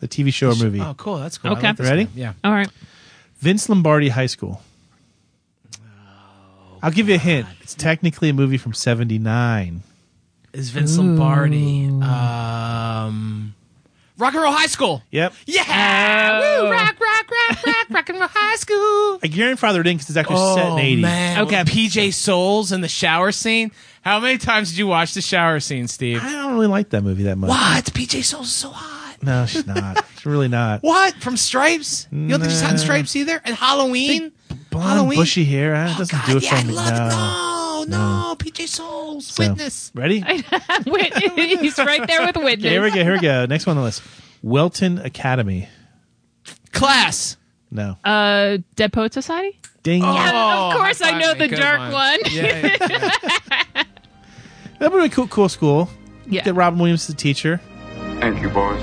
[SPEAKER 11] the TV show or movie.
[SPEAKER 7] Oh, cool. That's cool. I
[SPEAKER 10] Okay.
[SPEAKER 7] like this
[SPEAKER 11] Ready?
[SPEAKER 7] one. Yeah.
[SPEAKER 10] All right.
[SPEAKER 11] Vince Lombardi High School. I'll give you a hint. It's technically a movie from '79.
[SPEAKER 7] Is Vince Lombardi? Um, Rock and Roll High School.
[SPEAKER 11] Yep.
[SPEAKER 7] Yeah.
[SPEAKER 10] Oh.
[SPEAKER 7] Woo, rock, rock, rock, rock, rock and roll high school.
[SPEAKER 11] I grandfathered in because it's actually set in '80s.
[SPEAKER 7] Oh, man.
[SPEAKER 10] Okay.
[SPEAKER 7] Okay. PJ Souls and the shower scene. How many times did you watch the shower scene, Steve?
[SPEAKER 11] I don't really like that movie that much.
[SPEAKER 7] What? PJ Souls is so hot.
[SPEAKER 11] No, she's not. she's really not.
[SPEAKER 7] What? From Stripes? You don't think she's hot in
[SPEAKER 11] Nah.
[SPEAKER 7] Stripes either? And Halloween?
[SPEAKER 11] Blonde,
[SPEAKER 7] Halloween? Oh,
[SPEAKER 11] bushy hair. That doesn't do it
[SPEAKER 7] yeah,
[SPEAKER 11] for
[SPEAKER 7] I
[SPEAKER 11] me.
[SPEAKER 7] love
[SPEAKER 11] no.
[SPEAKER 7] it. No, no, PJ Souls.
[SPEAKER 11] So,
[SPEAKER 7] Witness.
[SPEAKER 11] Ready?
[SPEAKER 10] Wit- He's right there with
[SPEAKER 11] Okay,
[SPEAKER 10] witness.
[SPEAKER 11] here we go. Here we go. Next one on the list. Welton Academy.
[SPEAKER 7] Class.
[SPEAKER 11] No.
[SPEAKER 10] Uh, Dead Poet Society.
[SPEAKER 11] Ding.
[SPEAKER 10] Yeah, of
[SPEAKER 7] Oh,
[SPEAKER 10] course I
[SPEAKER 7] high
[SPEAKER 10] know
[SPEAKER 7] five
[SPEAKER 10] the
[SPEAKER 7] me. Good
[SPEAKER 10] dark
[SPEAKER 7] one.
[SPEAKER 10] one.
[SPEAKER 7] Yeah,
[SPEAKER 11] That would be a cool, cool school.
[SPEAKER 10] Yeah.
[SPEAKER 11] Get Robin Williams as the teacher.
[SPEAKER 22] Thank you, boys.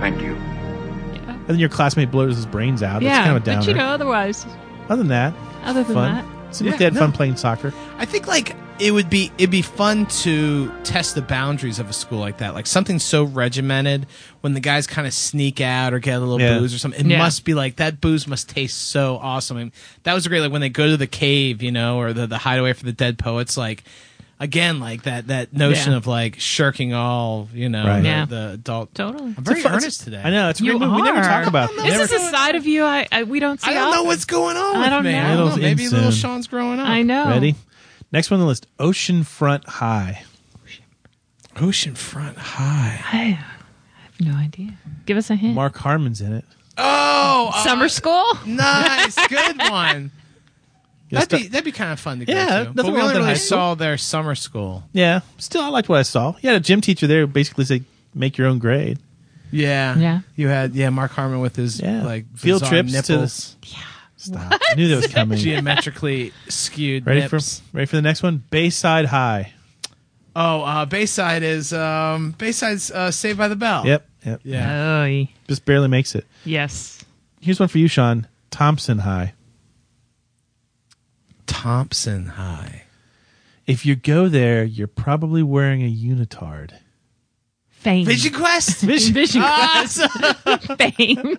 [SPEAKER 22] Thank you.
[SPEAKER 11] and then your classmate blows his brains out.
[SPEAKER 10] yeah,
[SPEAKER 11] That's kind of a downer.
[SPEAKER 10] but you know, otherwise,
[SPEAKER 11] Other than that,
[SPEAKER 10] Other
[SPEAKER 11] it's
[SPEAKER 10] than
[SPEAKER 11] fun.
[SPEAKER 10] that.
[SPEAKER 11] It's- they
[SPEAKER 10] Yeah,
[SPEAKER 11] had
[SPEAKER 10] no.
[SPEAKER 11] fun playing soccer.
[SPEAKER 7] I think like it would be it'd be fun to test the boundaries of a school like that. Like something so regimented when the guys kind of sneak out or get a little
[SPEAKER 11] Yeah.
[SPEAKER 7] booze or something. It
[SPEAKER 11] Yeah.
[SPEAKER 7] must be like that booze must taste so awesome. I mean, that was great like when they go to the cave, you know, or the the hideaway for the dead poets like again like that that notion
[SPEAKER 11] Yeah.
[SPEAKER 7] of like shirking all, you know,
[SPEAKER 11] Right.
[SPEAKER 7] the,
[SPEAKER 11] Yeah.
[SPEAKER 7] the adult.
[SPEAKER 10] Totally.
[SPEAKER 7] I'm very
[SPEAKER 11] It's a fun-
[SPEAKER 7] earnest today.
[SPEAKER 11] I know, it's a
[SPEAKER 10] you
[SPEAKER 11] great movie. We never
[SPEAKER 10] are.
[SPEAKER 11] talk about
[SPEAKER 10] This is a side of you I, I we don't see.
[SPEAKER 7] I don't know
[SPEAKER 10] often.
[SPEAKER 7] what's going on with
[SPEAKER 10] I don't
[SPEAKER 7] me.
[SPEAKER 10] know.
[SPEAKER 7] I don't know.
[SPEAKER 11] It'll
[SPEAKER 7] Maybe
[SPEAKER 11] end
[SPEAKER 7] little
[SPEAKER 11] soon.
[SPEAKER 7] Sean's growing up.
[SPEAKER 10] I know.
[SPEAKER 11] Ready? Next one on the list Oceanfront High.
[SPEAKER 7] Oceanfront High.
[SPEAKER 10] I have no idea. Give us a hint.
[SPEAKER 11] Mark Harmon's in it.
[SPEAKER 7] Oh, uh,
[SPEAKER 10] Summer school.
[SPEAKER 7] Nice, good one.
[SPEAKER 11] Yes,
[SPEAKER 7] That'd be that'd be kind of fun to
[SPEAKER 11] Yeah,
[SPEAKER 7] go to.
[SPEAKER 11] nothing
[SPEAKER 7] But we
[SPEAKER 11] wrong
[SPEAKER 7] only
[SPEAKER 11] with
[SPEAKER 7] really
[SPEAKER 11] high school.
[SPEAKER 7] saw their summer school.
[SPEAKER 11] Yeah. Still, I liked what I saw. He had a gym teacher there who basically said, make your own grade.
[SPEAKER 7] Yeah,
[SPEAKER 10] Yeah.
[SPEAKER 7] You had yeah Mark Harmon with his
[SPEAKER 11] Yeah.
[SPEAKER 7] like
[SPEAKER 11] Field
[SPEAKER 7] bizarre
[SPEAKER 11] trips to
[SPEAKER 7] nipples,
[SPEAKER 11] Stop. I knew that was coming.
[SPEAKER 7] geometrically skewed
[SPEAKER 11] Ready
[SPEAKER 7] nips.
[SPEAKER 11] for ready for the next one? Bayside High.
[SPEAKER 7] oh, uh, Bayside is um, Bayside's uh, Saved by the Bell.
[SPEAKER 11] Yep. Yep.
[SPEAKER 7] Yeah.
[SPEAKER 11] Just barely makes it.
[SPEAKER 10] Yes.
[SPEAKER 11] Here's one for you, Sean. Thompson High.
[SPEAKER 7] Thompson High.
[SPEAKER 11] If you go there, you're probably wearing a unitard.
[SPEAKER 10] Fame.
[SPEAKER 7] Vision Quest.
[SPEAKER 11] Vision-
[SPEAKER 10] Vision Quest.
[SPEAKER 7] Awesome.
[SPEAKER 10] Fame.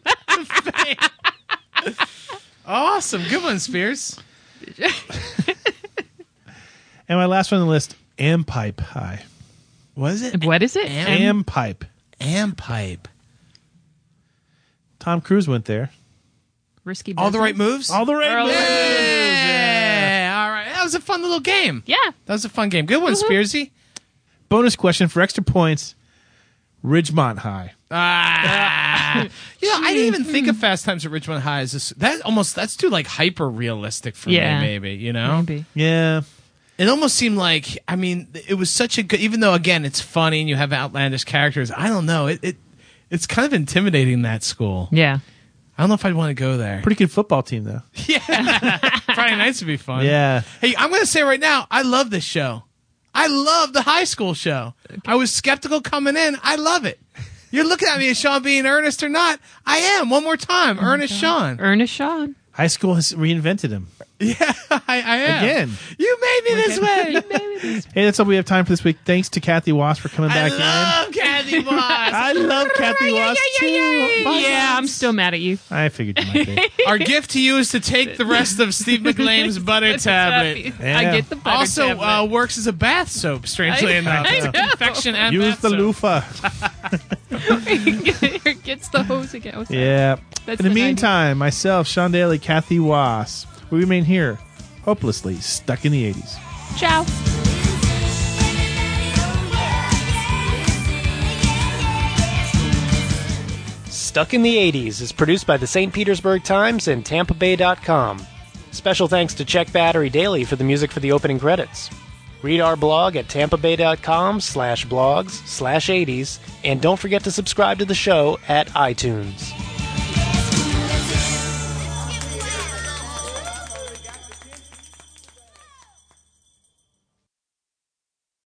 [SPEAKER 7] awesome. Good one, Spears.
[SPEAKER 11] And my last one on the list, Ampipe High.
[SPEAKER 7] Was it
[SPEAKER 10] What is it?
[SPEAKER 7] Am-
[SPEAKER 11] Ampipe.
[SPEAKER 7] Ampipe?
[SPEAKER 11] Tom Cruise went there.
[SPEAKER 10] Risky.
[SPEAKER 7] All the right
[SPEAKER 10] business.
[SPEAKER 7] moves.
[SPEAKER 11] All the right
[SPEAKER 10] Early.
[SPEAKER 11] moves.
[SPEAKER 7] Yeah. All right. That was a fun little game.
[SPEAKER 10] Yeah.
[SPEAKER 7] That was a fun game. Good one,
[SPEAKER 10] Mm-hmm.
[SPEAKER 7] Spearsy.
[SPEAKER 11] Bonus question for extra points. Ridgemont High.
[SPEAKER 7] Ah. you know, I didn't even
[SPEAKER 10] Mm-hmm.
[SPEAKER 7] think of Fast Times at Richmond High as this. That almost that's too like hyper realistic for
[SPEAKER 10] Yeah.
[SPEAKER 7] me. Maybe you know.
[SPEAKER 10] Maybe.
[SPEAKER 11] Yeah.
[SPEAKER 7] It almost seemed like I mean it was such a good. Even though again it's funny and you have outlandish characters. I don't know. It, it it's kind of intimidating that school.
[SPEAKER 10] Yeah.
[SPEAKER 7] I don't know if I'd want to go there.
[SPEAKER 11] Pretty good football team though.
[SPEAKER 7] Friday nights would be fun.
[SPEAKER 11] Yeah.
[SPEAKER 7] Hey, I'm going to say right now, I love this show. I love the high school show. I was skeptical coming in. I love it. You're looking at me as Sean being earnest or not. I am. One more time, earnest Sean.
[SPEAKER 10] Ernest Sean.
[SPEAKER 11] High school has reinvented him.
[SPEAKER 7] I, I am.
[SPEAKER 11] Again.
[SPEAKER 7] You made me this way.
[SPEAKER 11] Hey, that's all we have time for this week. Thanks to Kathy Wass for coming
[SPEAKER 7] I
[SPEAKER 11] back in.
[SPEAKER 7] love Kathy Moss.
[SPEAKER 11] I love Kathy Wass too. Bye,
[SPEAKER 10] Yeah,
[SPEAKER 11] Wass.
[SPEAKER 10] I'm still mad at you.
[SPEAKER 11] I figured you might be.
[SPEAKER 7] Our gift to you is to take the rest of Steve McLean's butter tablet.
[SPEAKER 10] I
[SPEAKER 11] Yeah.
[SPEAKER 10] get the butter
[SPEAKER 7] Also,
[SPEAKER 10] tablet.
[SPEAKER 7] uh, works as a bath soap, strangely
[SPEAKER 10] I-
[SPEAKER 7] enough.
[SPEAKER 10] I
[SPEAKER 7] It's a
[SPEAKER 10] know.
[SPEAKER 7] confection and
[SPEAKER 11] Use
[SPEAKER 7] bath
[SPEAKER 11] the
[SPEAKER 7] soap.
[SPEAKER 11] loofah.
[SPEAKER 10] gets the hose again. Oh, sorry.
[SPEAKER 11] Yeah.
[SPEAKER 10] That's
[SPEAKER 11] In the
[SPEAKER 10] an idea.
[SPEAKER 11] meantime, myself, Sean Daly, Kathy Wass, we remain here, hopelessly stuck in the 80s.
[SPEAKER 10] Ciao.
[SPEAKER 2] Stuck in the 80s is produced by the St. Petersburg Times and TampaBay.com. Special thanks to Check Battery Daily for the music for the opening credits. Read our blog at tampabay.com slash blogs slash 80s, and don't forget to subscribe to the show at iTunes.